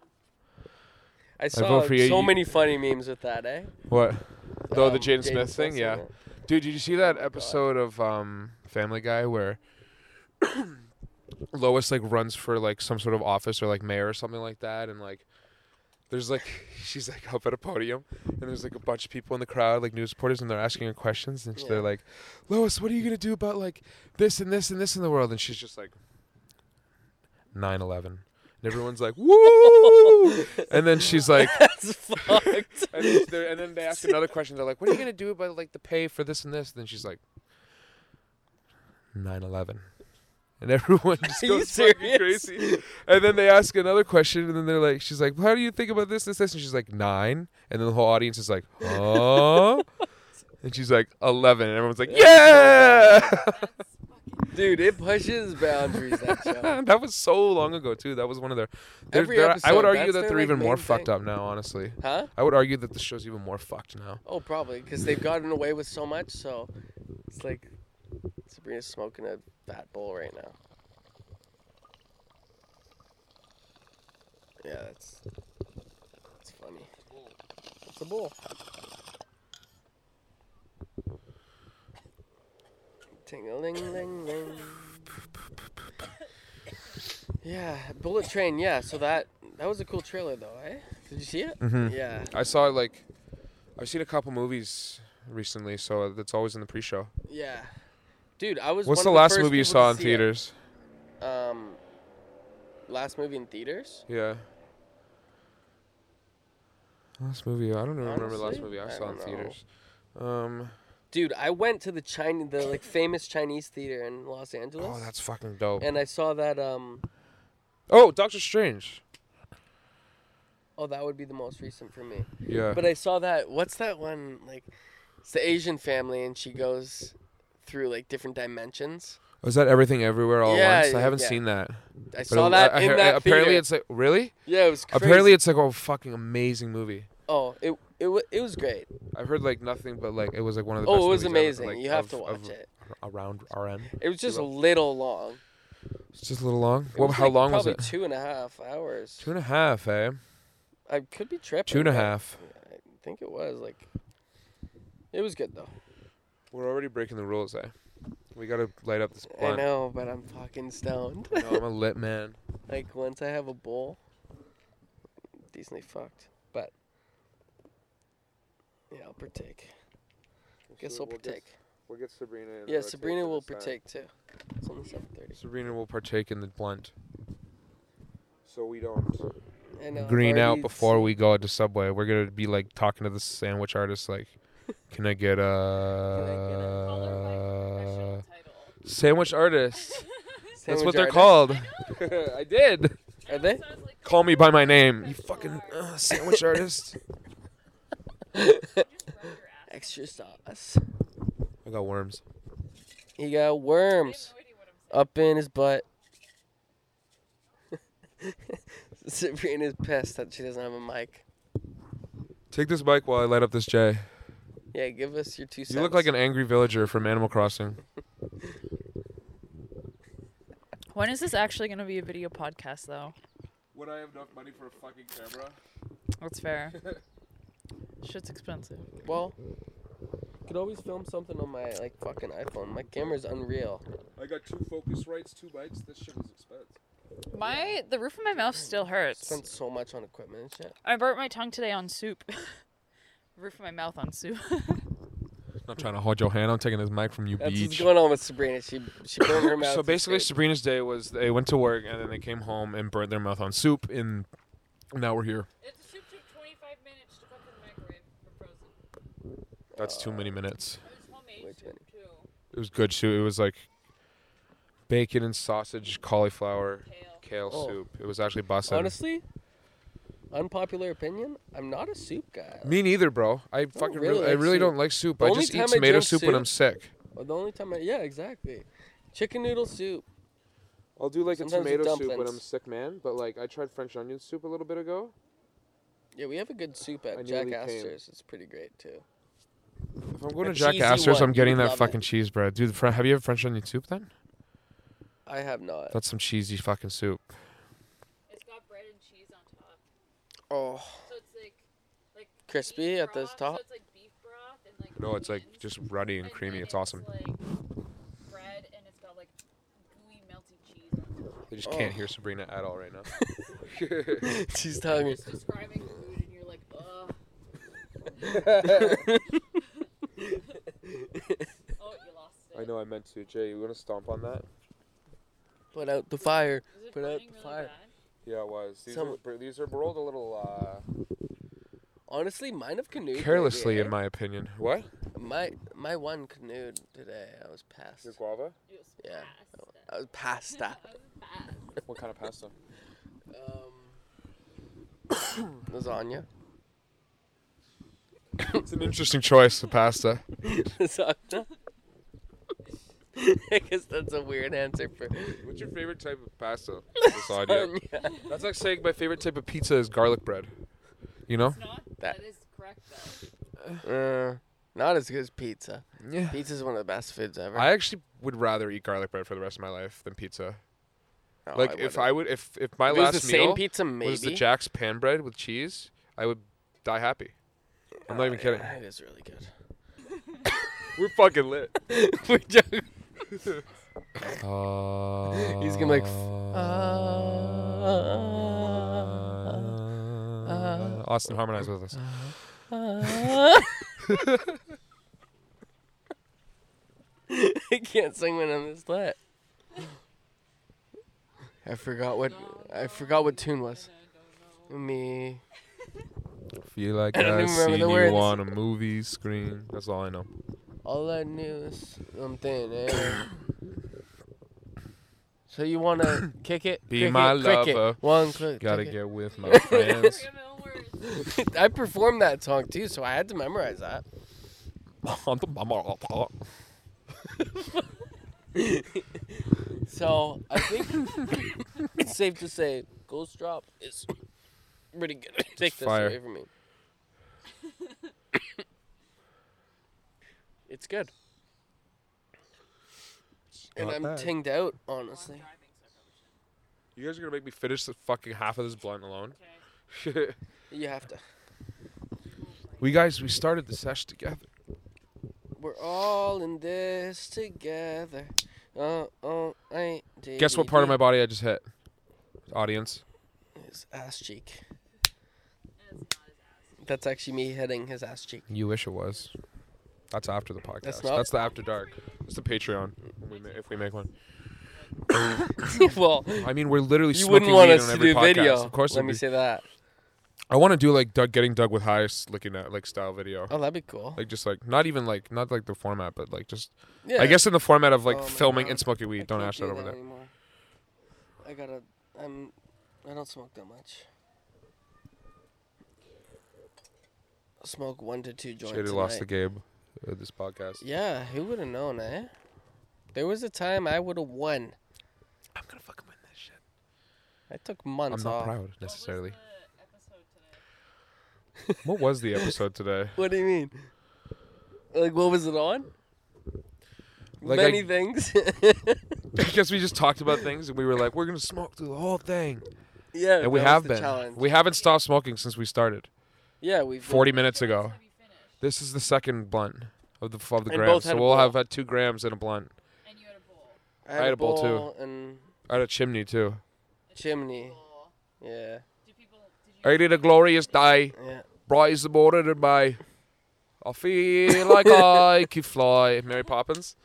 [SPEAKER 1] I saw
[SPEAKER 2] vote for you.
[SPEAKER 1] so
[SPEAKER 2] You-
[SPEAKER 1] many funny memes with that, eh?
[SPEAKER 2] what? Oh, the
[SPEAKER 1] Um,
[SPEAKER 2] Jaden Smith thing, yeah.
[SPEAKER 1] one.
[SPEAKER 2] Dude, did you see that episode of um, Family Guy where (coughs) Lois like runs for like some sort of office or like mayor or something like that, and like there's like (laughs) she's like up at a podium, and there's like a bunch of people in the crowd, like news reporters, and they're asking her questions, and
[SPEAKER 1] Yeah.
[SPEAKER 2] they're like, "Lois, what are you gonna do about like this and this and this in the world?" And she's just like, "9/11," and everyone's like, "Woo!" and then she's like.
[SPEAKER 1] (laughs) That's fucked.
[SPEAKER 2] (laughs) And, it's there- and then they ask another question. They're like, "What are you gonna do about like the pay for this and this?" And then she's like, 9-11. and (laughs) everyone just
[SPEAKER 1] Are you
[SPEAKER 2] goes fucking
[SPEAKER 1] serious?
[SPEAKER 2] crazy. And then they ask another question, and then they're like, "She's like, how do you think about this, this, this?" And she's like, nine. And then the whole audience is like, "Huh?"
[SPEAKER 1] (laughs)
[SPEAKER 2] and she's like, eleven. And everyone's like,
[SPEAKER 1] That's
[SPEAKER 2] "Yeah!"
[SPEAKER 1] Dude, it pushes boundaries,
[SPEAKER 2] (laughs)
[SPEAKER 1] that show.
[SPEAKER 2] that was so long ago too. That was one of their. they're-
[SPEAKER 1] Every
[SPEAKER 2] they're- I
[SPEAKER 1] episode,
[SPEAKER 2] would argue
[SPEAKER 1] that's
[SPEAKER 2] that
[SPEAKER 1] their,
[SPEAKER 2] they're
[SPEAKER 1] like,
[SPEAKER 2] even more
[SPEAKER 1] main thing.
[SPEAKER 2] fucked up now. Honestly,
[SPEAKER 1] Huh?
[SPEAKER 2] I would argue that the show's even more fucked now.
[SPEAKER 1] Oh, probably, because they've gotten away with so much, so it's like Sabrina's smoking a fat bowl right now. Yeah, that's, that's funny. It's a bowl. Ting-a-ling-ling-ling. Yeah, Bullet Train. Yeah, so that that was a cool trailer though, eh? Did you see it?
[SPEAKER 2] Mm-hmm.
[SPEAKER 1] Yeah,
[SPEAKER 2] I saw like, I've seen a couple movies recently, so that's always in the pre-show.
[SPEAKER 1] yeah. Dude, I was. one
[SPEAKER 2] What's the
[SPEAKER 1] of the
[SPEAKER 2] last
[SPEAKER 1] first
[SPEAKER 2] movie you
[SPEAKER 1] people to
[SPEAKER 2] saw in
[SPEAKER 1] see it.
[SPEAKER 2] theaters?
[SPEAKER 1] Um, last movie in theaters.
[SPEAKER 2] Yeah. Last movie, I don't even remember the last
[SPEAKER 1] Honestly,
[SPEAKER 2] movie I,
[SPEAKER 1] I
[SPEAKER 2] saw in
[SPEAKER 1] don't know.
[SPEAKER 2] theaters. Um,
[SPEAKER 1] Dude, I went to the China, the like famous Chinese theater in Los Angeles,
[SPEAKER 2] oh, that's fucking dope.
[SPEAKER 1] and I saw that. Um,
[SPEAKER 2] oh, Doctor Strange.
[SPEAKER 1] oh, that would be the most recent for me.
[SPEAKER 2] Yeah.
[SPEAKER 1] But I saw that. What's that one? Like, it's the Asian family, and she goes through like different dimensions.
[SPEAKER 2] Was that Everything Everywhere All
[SPEAKER 1] Yeah,
[SPEAKER 2] at Once? I
[SPEAKER 1] yeah,
[SPEAKER 2] haven't
[SPEAKER 1] yeah.
[SPEAKER 2] seen that.
[SPEAKER 1] I
[SPEAKER 2] But
[SPEAKER 1] saw
[SPEAKER 2] it-
[SPEAKER 1] that
[SPEAKER 2] I- I
[SPEAKER 1] in
[SPEAKER 2] hear-
[SPEAKER 1] that
[SPEAKER 2] Apparently,
[SPEAKER 1] theater.
[SPEAKER 2] it's like really.
[SPEAKER 1] yeah, it was crazy.
[SPEAKER 2] Apparently, it's like a fucking amazing movie.
[SPEAKER 1] oh, it it wa- it was great.
[SPEAKER 2] I've heard like nothing but like it was like one of the. best
[SPEAKER 1] Oh, it was
[SPEAKER 2] movies ever,
[SPEAKER 1] amazing.
[SPEAKER 2] like,
[SPEAKER 1] you have
[SPEAKER 2] of-
[SPEAKER 1] to watch
[SPEAKER 2] of
[SPEAKER 1] it.
[SPEAKER 2] Around RM.
[SPEAKER 1] It was just a
[SPEAKER 2] will.
[SPEAKER 1] little long.
[SPEAKER 2] It's just a little long.
[SPEAKER 1] It
[SPEAKER 2] Well,
[SPEAKER 1] was,
[SPEAKER 2] how
[SPEAKER 1] like,
[SPEAKER 2] long was
[SPEAKER 1] probably
[SPEAKER 2] it?
[SPEAKER 1] Two and a half hours.
[SPEAKER 2] Two and a half, eh?
[SPEAKER 1] I could be tripping.
[SPEAKER 2] Two and a
[SPEAKER 1] but-
[SPEAKER 2] half.
[SPEAKER 1] I think it was like. It was good though.
[SPEAKER 2] We're already breaking the rules, eh? We gotta light up this
[SPEAKER 1] I
[SPEAKER 2] blunt.
[SPEAKER 1] know, but I'm fucking stoned. (laughs)
[SPEAKER 2] I know, I'm a lit man.
[SPEAKER 1] like once I have a bowl, decently fucked. But yeah, I'll partake. I guess I'll partake.
[SPEAKER 2] We'll get Sabrina.
[SPEAKER 1] Yeah, Sabrina will partake too. It's only seven thirty.
[SPEAKER 2] Sabrina will partake in the blunt. So we don't
[SPEAKER 1] I know. I've
[SPEAKER 2] green out
[SPEAKER 1] already
[SPEAKER 2] (laughs) before we go to Subway. We're gonna be like talking to the sandwich artist, like, Can I get Uh, (laughs)
[SPEAKER 4] Professional
[SPEAKER 2] a
[SPEAKER 4] title.
[SPEAKER 2] sandwich artist? That's what
[SPEAKER 1] Sandwich
[SPEAKER 2] they're
[SPEAKER 1] artist.
[SPEAKER 2] called. (laughs) I did.
[SPEAKER 1] Are they?
[SPEAKER 4] So I was like,
[SPEAKER 2] Call me by my name. You fucking uh, sandwich artist.
[SPEAKER 1] (laughs) Extra sauce.
[SPEAKER 2] (laughs) I got worms.
[SPEAKER 1] He got worms
[SPEAKER 4] "No idea what I'm saying."
[SPEAKER 1] up in his butt. (laughs) Sabrina's pissed that she doesn't have a mic.
[SPEAKER 2] Take this mic while I light up this J.
[SPEAKER 1] Yeah, give us your two cents.
[SPEAKER 2] You look like an angry villager from Animal Crossing.
[SPEAKER 4] When is this actually going to be a video podcast, though?
[SPEAKER 2] Would I have enough money for a fucking camera?
[SPEAKER 4] That's fair. Shit's expensive.
[SPEAKER 1] Well, could always film something on my like fucking iPhone. My camera's unreal.
[SPEAKER 2] I got two focus rights, two mics. This shit is expensive.
[SPEAKER 4] My the roof of my mouth still hurts.
[SPEAKER 1] Spent so much on equipment and shit.
[SPEAKER 4] I burnt my tongue today on soup. (laughs) roof of my mouth on soup. (laughs)
[SPEAKER 2] not trying to hold your hand. I'm taking this mic from you,
[SPEAKER 1] That's what's
[SPEAKER 2] beach.
[SPEAKER 1] going on with Sabrina. She she burned her mouth.
[SPEAKER 2] (coughs) So
[SPEAKER 1] with
[SPEAKER 2] basically,
[SPEAKER 1] soup.
[SPEAKER 2] Sabrina's day was they went to work and then they came home and burnt their mouth on soup. And now we're here.
[SPEAKER 4] It's soup took 25 minutes to cook in the microwave for frozen.
[SPEAKER 2] That's too many minutes.
[SPEAKER 4] It was
[SPEAKER 1] Way
[SPEAKER 4] homemade
[SPEAKER 1] too soup,
[SPEAKER 4] too.
[SPEAKER 2] It was good soup. It was like bacon and sausage, cauliflower, kale
[SPEAKER 1] Oh.
[SPEAKER 2] soup. It was actually busted.
[SPEAKER 1] honestly, unpopular opinion. I'm not a soup guy.
[SPEAKER 2] Me neither, bro. I fucking
[SPEAKER 1] really
[SPEAKER 2] Oh, really, I
[SPEAKER 1] like
[SPEAKER 2] really
[SPEAKER 1] soup.
[SPEAKER 2] don't like soup.
[SPEAKER 1] The
[SPEAKER 2] I
[SPEAKER 1] only
[SPEAKER 2] just
[SPEAKER 1] time
[SPEAKER 2] eat
[SPEAKER 1] I
[SPEAKER 2] tomato
[SPEAKER 1] drink
[SPEAKER 2] soup, when I'm
[SPEAKER 1] soup-
[SPEAKER 2] sick.
[SPEAKER 1] Well, the only time I yeah exactly, chicken noodle soup.
[SPEAKER 2] I'll do like
[SPEAKER 1] a Sometimes with tomato soup when dumplings. I'm a
[SPEAKER 2] sick, man. But like I tried French onion soup a little bit ago.
[SPEAKER 1] Yeah, we have a good soup
[SPEAKER 2] I
[SPEAKER 1] at Jack
[SPEAKER 2] nearly came.
[SPEAKER 1] Astor's. It's pretty great too.
[SPEAKER 2] If I'm going
[SPEAKER 1] A
[SPEAKER 2] to Jack
[SPEAKER 1] cheesy
[SPEAKER 2] Astor's,
[SPEAKER 1] one,
[SPEAKER 2] I'm
[SPEAKER 1] you
[SPEAKER 2] getting
[SPEAKER 1] would
[SPEAKER 2] that
[SPEAKER 1] love
[SPEAKER 2] fucking
[SPEAKER 1] it.
[SPEAKER 2] cheese bread, dude. Fr- have you had French onion soup then?
[SPEAKER 1] I have not.
[SPEAKER 2] That's some cheesy fucking soup.
[SPEAKER 4] It's got bread and cheese on top.
[SPEAKER 1] oh, (laughs)
[SPEAKER 4] So it's like like
[SPEAKER 1] Crispy
[SPEAKER 4] beef
[SPEAKER 1] at this
[SPEAKER 4] broth,
[SPEAKER 1] top?
[SPEAKER 4] So it's like beef broth and like
[SPEAKER 2] No, it's like
[SPEAKER 4] onions,
[SPEAKER 2] just ruddy and
[SPEAKER 4] then
[SPEAKER 2] creamy. It's awesome.
[SPEAKER 4] Like bread and it's got like gooey melty cheese on top.
[SPEAKER 2] I just
[SPEAKER 1] can't
[SPEAKER 2] can't
[SPEAKER 1] Oh.
[SPEAKER 2] hear Sabrina at all right (laughs) now.
[SPEAKER 1] she's telling me. (laughs)
[SPEAKER 4] Just describing food and you're like, ugh, oh, you lost it.
[SPEAKER 2] know I meant to. Jay, you want to stomp on that?
[SPEAKER 1] Put out the fire.
[SPEAKER 4] Is it
[SPEAKER 1] Put out
[SPEAKER 4] burning
[SPEAKER 1] the
[SPEAKER 4] really
[SPEAKER 1] fire.
[SPEAKER 4] bad?
[SPEAKER 2] Yeah, it was.
[SPEAKER 1] These Some- are
[SPEAKER 2] these are rolled a little uh,
[SPEAKER 1] Honestly, mine have canoed. lately,
[SPEAKER 2] carelessly,
[SPEAKER 1] eh?
[SPEAKER 2] in my opinion. What?
[SPEAKER 1] My my one canoed today. I was passed.
[SPEAKER 2] guava?
[SPEAKER 4] It was
[SPEAKER 1] Yeah.
[SPEAKER 4] fast.
[SPEAKER 1] I was passed that.
[SPEAKER 4] That was fast.
[SPEAKER 2] What kind of pasta? (coughs)
[SPEAKER 1] Um, lasagna. (laughs)
[SPEAKER 2] it's an interesting choice, the pasta.
[SPEAKER 1] lasagna. (laughs) I guess that's a weird answer for
[SPEAKER 2] What's your favorite type of pasta?
[SPEAKER 1] lasagna.
[SPEAKER 2] That's like saying my favorite type of pizza is garlic bread. You know?
[SPEAKER 4] It's not.
[SPEAKER 1] That-
[SPEAKER 4] that is correct
[SPEAKER 1] (laughs)
[SPEAKER 4] though.
[SPEAKER 1] Uh, not as good as pizza.
[SPEAKER 2] Yeah.
[SPEAKER 1] Pizza's one of the best foods ever.
[SPEAKER 2] I actually would rather eat garlic bread for the rest of my life than pizza.
[SPEAKER 1] No,
[SPEAKER 2] like if I
[SPEAKER 1] wouldn't.
[SPEAKER 2] would, if if my
[SPEAKER 1] If it was
[SPEAKER 2] last
[SPEAKER 1] the
[SPEAKER 2] meal
[SPEAKER 1] same pizza, maybe.
[SPEAKER 2] was the Jack's pan bread with cheese, I would die happy. I'm not
[SPEAKER 1] Oh,
[SPEAKER 2] even
[SPEAKER 1] yeah,
[SPEAKER 2] kidding.
[SPEAKER 1] It is really good.
[SPEAKER 2] (laughs)
[SPEAKER 1] (laughs)
[SPEAKER 2] We're fucking lit.
[SPEAKER 1] We're joking. (laughs)
[SPEAKER 2] He's
[SPEAKER 1] gonna be like,
[SPEAKER 2] Austin, harmonize with us.
[SPEAKER 1] I can't sing when I'm this lit. I forgot what I forgot what tune was. Me.
[SPEAKER 2] Feel
[SPEAKER 1] (laughs)
[SPEAKER 2] like
[SPEAKER 1] I don't
[SPEAKER 2] I
[SPEAKER 1] even remember
[SPEAKER 2] seen
[SPEAKER 1] the
[SPEAKER 2] you
[SPEAKER 1] words.
[SPEAKER 2] on a movie screen. That's all I know.
[SPEAKER 1] All I knew is something. eh? (coughs) so you
[SPEAKER 2] (coughs)
[SPEAKER 1] wanna kick it?
[SPEAKER 2] Be
[SPEAKER 1] Crick
[SPEAKER 2] my
[SPEAKER 1] it, crick it.
[SPEAKER 2] lover.
[SPEAKER 1] One click.
[SPEAKER 2] Gotta
[SPEAKER 1] tick
[SPEAKER 2] get
[SPEAKER 1] (laughs)
[SPEAKER 2] with my friends.
[SPEAKER 1] it. (laughs) I performed that song too, so I had to memorize that.
[SPEAKER 2] (laughs)
[SPEAKER 1] So I think (laughs) it's safe to say Ghost Drop is pretty good. Take this
[SPEAKER 2] fire.
[SPEAKER 1] away from me. (coughs) it's good. and
[SPEAKER 2] not
[SPEAKER 1] I'm
[SPEAKER 2] bad.
[SPEAKER 1] tinged out, honestly.
[SPEAKER 2] You guys are gonna make me finish the fucking half of this blunt alone. (laughs)
[SPEAKER 1] You have to.
[SPEAKER 2] we guys, we started the sesh together.
[SPEAKER 1] We're all in this together. Uh oh, I
[SPEAKER 2] Guess what part of my body I just hit? Audience.
[SPEAKER 1] his ass cheek. That's actually me hitting his ass
[SPEAKER 2] (laughs)
[SPEAKER 1] cheek.
[SPEAKER 2] You wish it was. That's after the podcast.
[SPEAKER 1] That's
[SPEAKER 2] That's,
[SPEAKER 1] not-
[SPEAKER 2] the after dark. It's the Patreon. when we ma- if we make one.
[SPEAKER 1] well,
[SPEAKER 2] I mean, we're literally
[SPEAKER 1] you
[SPEAKER 2] smoking
[SPEAKER 1] wouldn't want
[SPEAKER 2] weed
[SPEAKER 1] us
[SPEAKER 2] on
[SPEAKER 1] to
[SPEAKER 2] every
[SPEAKER 1] do
[SPEAKER 2] podcast.
[SPEAKER 1] video.
[SPEAKER 2] Of course,
[SPEAKER 1] let
[SPEAKER 2] it'd
[SPEAKER 1] me
[SPEAKER 2] be-
[SPEAKER 1] say that.
[SPEAKER 2] I want to do like Doug getting Doug with highs looking at like style video.
[SPEAKER 1] Oh, that'd be cool.
[SPEAKER 2] Like just like not even like not like the format, but like just
[SPEAKER 1] yeah.
[SPEAKER 2] I guess in the format of like
[SPEAKER 1] Oh my
[SPEAKER 2] filming
[SPEAKER 1] God.
[SPEAKER 2] and smoking
[SPEAKER 1] I
[SPEAKER 2] weed. Don't
[SPEAKER 1] can't
[SPEAKER 2] ash that
[SPEAKER 1] do
[SPEAKER 2] over there.
[SPEAKER 1] Anymore. I gotta. I'm. I don't smoke that much. I smoke one to two joints.
[SPEAKER 2] Shady
[SPEAKER 1] a
[SPEAKER 2] lost the
[SPEAKER 1] night.
[SPEAKER 2] game with this podcast.
[SPEAKER 1] Yeah, who would have known, eh? There was a time I would have won.
[SPEAKER 2] I'm gonna fucking win this shit.
[SPEAKER 1] I took
[SPEAKER 2] I'm
[SPEAKER 1] months
[SPEAKER 2] not
[SPEAKER 1] off.
[SPEAKER 2] proud necessarily.
[SPEAKER 4] What was the episode
[SPEAKER 2] what was the episode today?
[SPEAKER 4] today?
[SPEAKER 2] (laughs)
[SPEAKER 1] What do you mean? Like, what was it on?
[SPEAKER 2] Like,
[SPEAKER 1] Many
[SPEAKER 2] I-
[SPEAKER 1] things. (laughs)
[SPEAKER 2] I guess we just talked about things and we were like, we're gonna smoke through the whole thing,
[SPEAKER 1] yeah,
[SPEAKER 2] and we
[SPEAKER 1] that was
[SPEAKER 2] have
[SPEAKER 1] the
[SPEAKER 2] been.
[SPEAKER 1] Challenge.
[SPEAKER 2] We haven't stopped smoking since we started.
[SPEAKER 1] yeah, we've been-
[SPEAKER 2] Forty minutes ago.
[SPEAKER 4] Have you finished?
[SPEAKER 2] This is the second blunt of the of the
[SPEAKER 1] And
[SPEAKER 2] gram,
[SPEAKER 1] both had
[SPEAKER 2] so
[SPEAKER 1] a
[SPEAKER 2] we'll
[SPEAKER 1] bowl.
[SPEAKER 2] have had two grams and a blunt.
[SPEAKER 4] And you had a bowl.
[SPEAKER 1] I had, a bowl too. And
[SPEAKER 2] I had a chimney too.
[SPEAKER 4] A
[SPEAKER 1] Chimney.
[SPEAKER 4] bowl.
[SPEAKER 1] yeah,
[SPEAKER 4] Do people? Did you?
[SPEAKER 2] I did a glorious day,
[SPEAKER 1] yeah.
[SPEAKER 2] bright as the morning in May. I feel
[SPEAKER 1] (laughs)
[SPEAKER 2] like I could fly. Mary Poppins.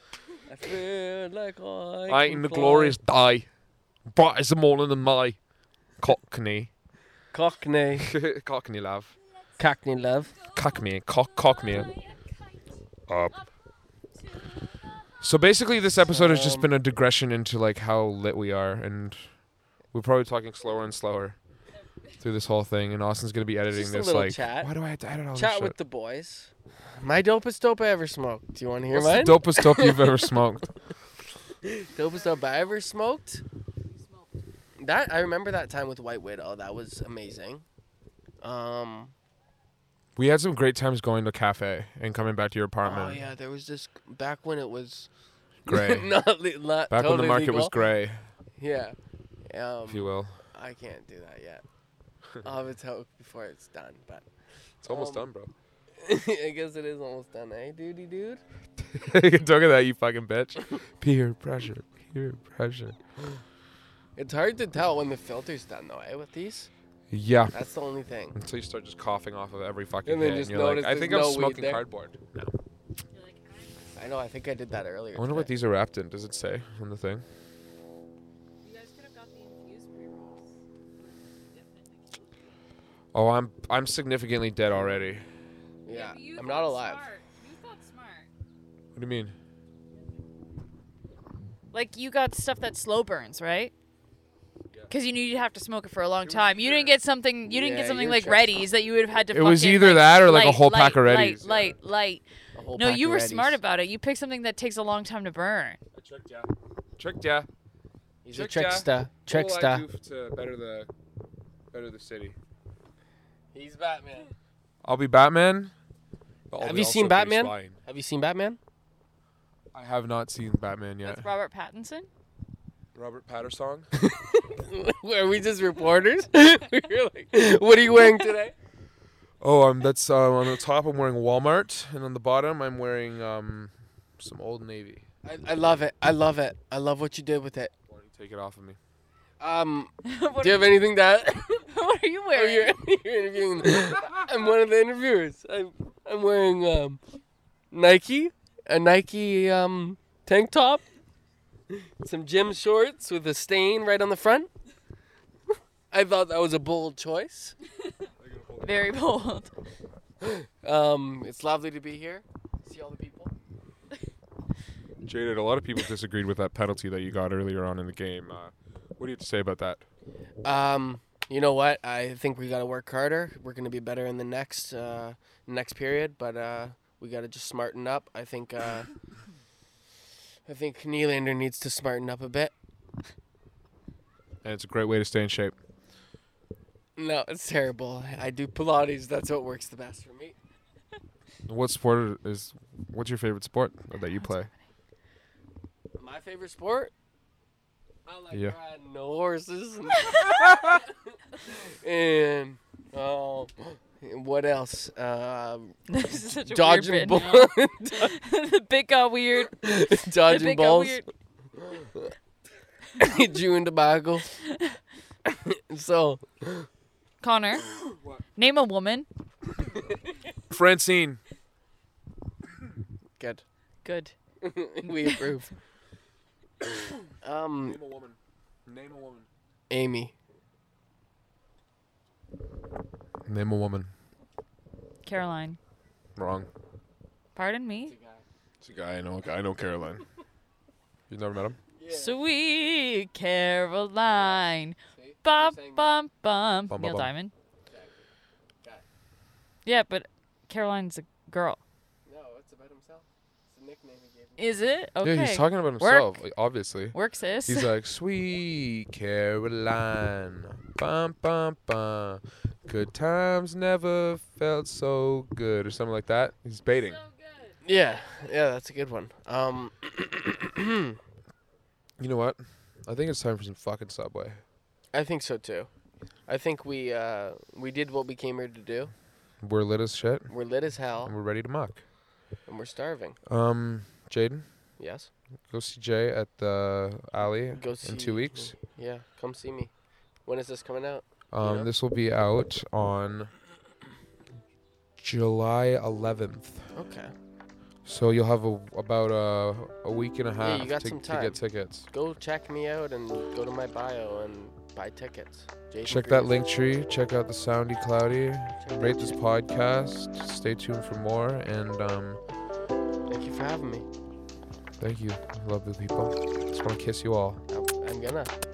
[SPEAKER 1] I feel like I.
[SPEAKER 2] I
[SPEAKER 1] can
[SPEAKER 2] in the
[SPEAKER 1] fly.
[SPEAKER 2] glorious day, bright as the morning in May. Cockney,
[SPEAKER 1] (laughs) Cockney.
[SPEAKER 2] Cockney love,
[SPEAKER 1] Cockney love.
[SPEAKER 2] cock me, cock cock me up.
[SPEAKER 4] To the
[SPEAKER 2] So basically, this episode has just
[SPEAKER 1] Um,
[SPEAKER 2] been a digression into like how lit we are, and we're probably talking slower and slower through this whole thing. And Austin's gonna be editing
[SPEAKER 1] just a
[SPEAKER 2] this
[SPEAKER 1] little
[SPEAKER 2] like,
[SPEAKER 1] chat.
[SPEAKER 2] why do I have to edit all
[SPEAKER 1] Chat
[SPEAKER 2] this
[SPEAKER 1] with
[SPEAKER 2] Oh, shit?
[SPEAKER 1] the boys. My dopest dope I ever smoked. Do you want to hear
[SPEAKER 2] What's
[SPEAKER 1] mine?
[SPEAKER 2] the dopest dope
[SPEAKER 1] (laughs)
[SPEAKER 2] you've ever smoked?
[SPEAKER 1] Dopest dope I ever smoked.
[SPEAKER 4] smoke.
[SPEAKER 1] That I remember that time with White Widow. That was amazing. Um.
[SPEAKER 2] We had some great times going to cafe and coming back to your apartment.
[SPEAKER 1] Oh yeah, there was this back when it was
[SPEAKER 2] Gray.
[SPEAKER 1] (laughs) not, le- not
[SPEAKER 2] Back
[SPEAKER 1] totally
[SPEAKER 2] when the market was
[SPEAKER 1] legal.
[SPEAKER 2] gray,
[SPEAKER 1] Yeah.
[SPEAKER 2] if you
[SPEAKER 1] Um,
[SPEAKER 2] will.
[SPEAKER 1] I can't do that
[SPEAKER 2] (laughs)
[SPEAKER 1] yet. I'll have a toke before it's done, but (laughs)
[SPEAKER 2] It's almost
[SPEAKER 1] Um,
[SPEAKER 2] done, bro.
[SPEAKER 1] I guess it is almost done, eh, duty dude?
[SPEAKER 2] (laughs) Don't get that, you fucking (laughs) bitch. Peer pressure. Peer pressure.
[SPEAKER 1] It's hard to tell when the filter's done though, eh, with these?
[SPEAKER 2] Yeah.
[SPEAKER 1] That's the only thing.
[SPEAKER 2] Until you start just coughing off of every fucking
[SPEAKER 1] And
[SPEAKER 2] hit,
[SPEAKER 1] then
[SPEAKER 2] and
[SPEAKER 1] just
[SPEAKER 2] you're like,
[SPEAKER 1] notice
[SPEAKER 2] I think
[SPEAKER 1] there's
[SPEAKER 2] I'm
[SPEAKER 1] no weed
[SPEAKER 2] smoking
[SPEAKER 1] there.
[SPEAKER 2] cardboard. No.
[SPEAKER 4] You're like, I'm-
[SPEAKER 1] I know, I think I did that earlier.
[SPEAKER 2] I wonder what
[SPEAKER 1] today.
[SPEAKER 2] these are wrapped in. Does it say on the thing?
[SPEAKER 4] you guys could have got the infused pre rolls.
[SPEAKER 2] Oh, I'm I'm significantly dead already. What
[SPEAKER 1] Yeah, I'm not alive.
[SPEAKER 4] You thought smart.
[SPEAKER 2] do you mean?
[SPEAKER 3] Like you got stuff that slow burns, right?
[SPEAKER 2] Yeah.
[SPEAKER 3] Because you knew you'd have to smoke it for a long time. You didn't get something. You didn't
[SPEAKER 1] Yeah,
[SPEAKER 3] get something
[SPEAKER 1] you're
[SPEAKER 3] like
[SPEAKER 1] tripping.
[SPEAKER 3] Reddies that you would have had to.
[SPEAKER 2] It was
[SPEAKER 3] fucking,
[SPEAKER 2] either
[SPEAKER 3] like,
[SPEAKER 2] that or, like, a
[SPEAKER 3] light,
[SPEAKER 2] whole pack
[SPEAKER 3] light,
[SPEAKER 2] of Reddies,
[SPEAKER 3] Light,
[SPEAKER 2] yeah.
[SPEAKER 3] light, light.
[SPEAKER 1] A whole
[SPEAKER 3] No,
[SPEAKER 1] pack
[SPEAKER 3] you
[SPEAKER 1] of
[SPEAKER 3] were
[SPEAKER 1] Reddies.
[SPEAKER 3] smart about it. You picked something that takes a long time to burn.
[SPEAKER 2] I tricked ya. Tricked ya.
[SPEAKER 1] He's a
[SPEAKER 2] Trickster.
[SPEAKER 1] trickster. Trickster.
[SPEAKER 2] to better the better the city.
[SPEAKER 1] He's Batman.
[SPEAKER 2] I'll be Batman. but I'll
[SPEAKER 1] Have
[SPEAKER 2] be
[SPEAKER 1] you seen
[SPEAKER 2] also pretty
[SPEAKER 1] Batman?
[SPEAKER 2] spine.
[SPEAKER 1] Have you seen Batman? (laughs)
[SPEAKER 2] I have not seen Batman yet.
[SPEAKER 3] With Robert Pattinson.
[SPEAKER 2] Robert Patterson.
[SPEAKER 1] Are we just reporters? (laughs) we were like, what are you
[SPEAKER 3] (laughs)
[SPEAKER 1] wearing today?
[SPEAKER 2] oh, um, that's um, on the top. I'm wearing Walmart, and on the bottom, I'm wearing um, some Old Navy.
[SPEAKER 1] I, I love it. I love it. I love what you did with it.
[SPEAKER 2] Why don't you take it off of me?
[SPEAKER 1] Um,
[SPEAKER 3] (laughs) what,
[SPEAKER 1] do you
[SPEAKER 3] are,
[SPEAKER 1] have anything to add?
[SPEAKER 3] what are you
[SPEAKER 1] Oh,
[SPEAKER 3] wearing?
[SPEAKER 1] you're, (laughs) you're interviewing. I'm one of the interviewers. I'm, I'm wearing um, Nike, a Nike um, tank top, some gym shorts with a stain right on the front. (laughs) I thought that was a bold choice.
[SPEAKER 3] Very bold. (laughs)
[SPEAKER 1] Um, it's lovely to be here. See all the people.
[SPEAKER 2] Jaded, a lot of people disagreed with that penalty that you got earlier on in the game. Uh, what do you have to say about that?
[SPEAKER 1] Um, you know what? I think we got to work harder. We're going to be better in the next uh, next period, but uh, we got to just smarten up. I think uh, I think Nylander needs to smarten up a bit.
[SPEAKER 2] And it's a great way to stay in shape.
[SPEAKER 1] No, it's terrible. I do Pilates. That's what works the best for me.
[SPEAKER 2] What sport is? What's your favorite sport that you play?
[SPEAKER 1] My favorite sport? I like
[SPEAKER 2] Yeah.
[SPEAKER 1] riding the horses. (laughs) And, and oh, and what else? Uh,
[SPEAKER 3] This is such a
[SPEAKER 1] dodging
[SPEAKER 3] weird
[SPEAKER 1] bull,
[SPEAKER 3] bit. (laughs) the bit got weird. the
[SPEAKER 1] (laughs) dodging
[SPEAKER 3] bit
[SPEAKER 1] balls,
[SPEAKER 3] got weird.
[SPEAKER 1] (laughs) chewing tobacco. (laughs) so
[SPEAKER 3] Connor, name a woman.
[SPEAKER 2] Francine.
[SPEAKER 1] good.
[SPEAKER 3] Good.
[SPEAKER 1] (laughs) we approve. um,
[SPEAKER 2] a woman. Name a woman.
[SPEAKER 1] Amy.
[SPEAKER 2] Name a woman.
[SPEAKER 3] Caroline.
[SPEAKER 2] Wrong.
[SPEAKER 3] Pardon me?
[SPEAKER 2] It's a guy I know. I know Caroline. You've never met him?
[SPEAKER 3] Sweet Caroline. Bum, bum, bum.
[SPEAKER 2] Bum, bum,
[SPEAKER 3] Neil
[SPEAKER 2] bum.
[SPEAKER 3] Diamond.
[SPEAKER 1] Guy.
[SPEAKER 3] Yeah, but Caroline's a girl.
[SPEAKER 1] No, it's about himself. It's a nickname he gave
[SPEAKER 3] Is it? Okay.
[SPEAKER 2] Yeah, he's talking about
[SPEAKER 3] Work.
[SPEAKER 2] himself, like, obviously.
[SPEAKER 3] Work, sis.
[SPEAKER 1] (laughs)
[SPEAKER 2] He's like, sweet Caroline, bum bum bum, good times never felt so good, or something like that. He's baiting.
[SPEAKER 1] Yeah, yeah, that's a good one. Um, (clears throat)
[SPEAKER 2] You know what? I think it's time for some fucking Subway.
[SPEAKER 1] I think so too. I think we uh, we did what we came here to do.
[SPEAKER 2] We're lit as shit,
[SPEAKER 1] We're lit as
[SPEAKER 2] and
[SPEAKER 1] hell,
[SPEAKER 2] we're ready to muck.
[SPEAKER 1] and we're starving.
[SPEAKER 2] Um, Jaden,
[SPEAKER 1] Yes.
[SPEAKER 2] go see Jay at the alley
[SPEAKER 1] Go
[SPEAKER 2] in
[SPEAKER 1] see
[SPEAKER 2] two
[SPEAKER 1] me.
[SPEAKER 2] weeks.
[SPEAKER 1] Yeah, come see me. When is this coming out?
[SPEAKER 2] Um,
[SPEAKER 1] Yeah.
[SPEAKER 2] this will be out on July 11th.
[SPEAKER 1] Okay.
[SPEAKER 2] So you'll have a, about a, a week and a
[SPEAKER 1] Yeah,
[SPEAKER 2] half
[SPEAKER 1] you got
[SPEAKER 2] to,
[SPEAKER 1] some
[SPEAKER 2] to
[SPEAKER 1] time.
[SPEAKER 2] get tickets.
[SPEAKER 1] Go check me out and go to my bio and buy tickets. Jason
[SPEAKER 2] Check that
[SPEAKER 1] Cruz.
[SPEAKER 2] link tree. Check out the Soundy Cloudy.
[SPEAKER 1] Check that
[SPEAKER 2] Rate this
[SPEAKER 1] shit.
[SPEAKER 2] podcast. Stay tuned for more. And um,
[SPEAKER 1] Thank you for having me.
[SPEAKER 2] thank you, lovely people. Just want to kiss you all.
[SPEAKER 1] I'm I'm gonna.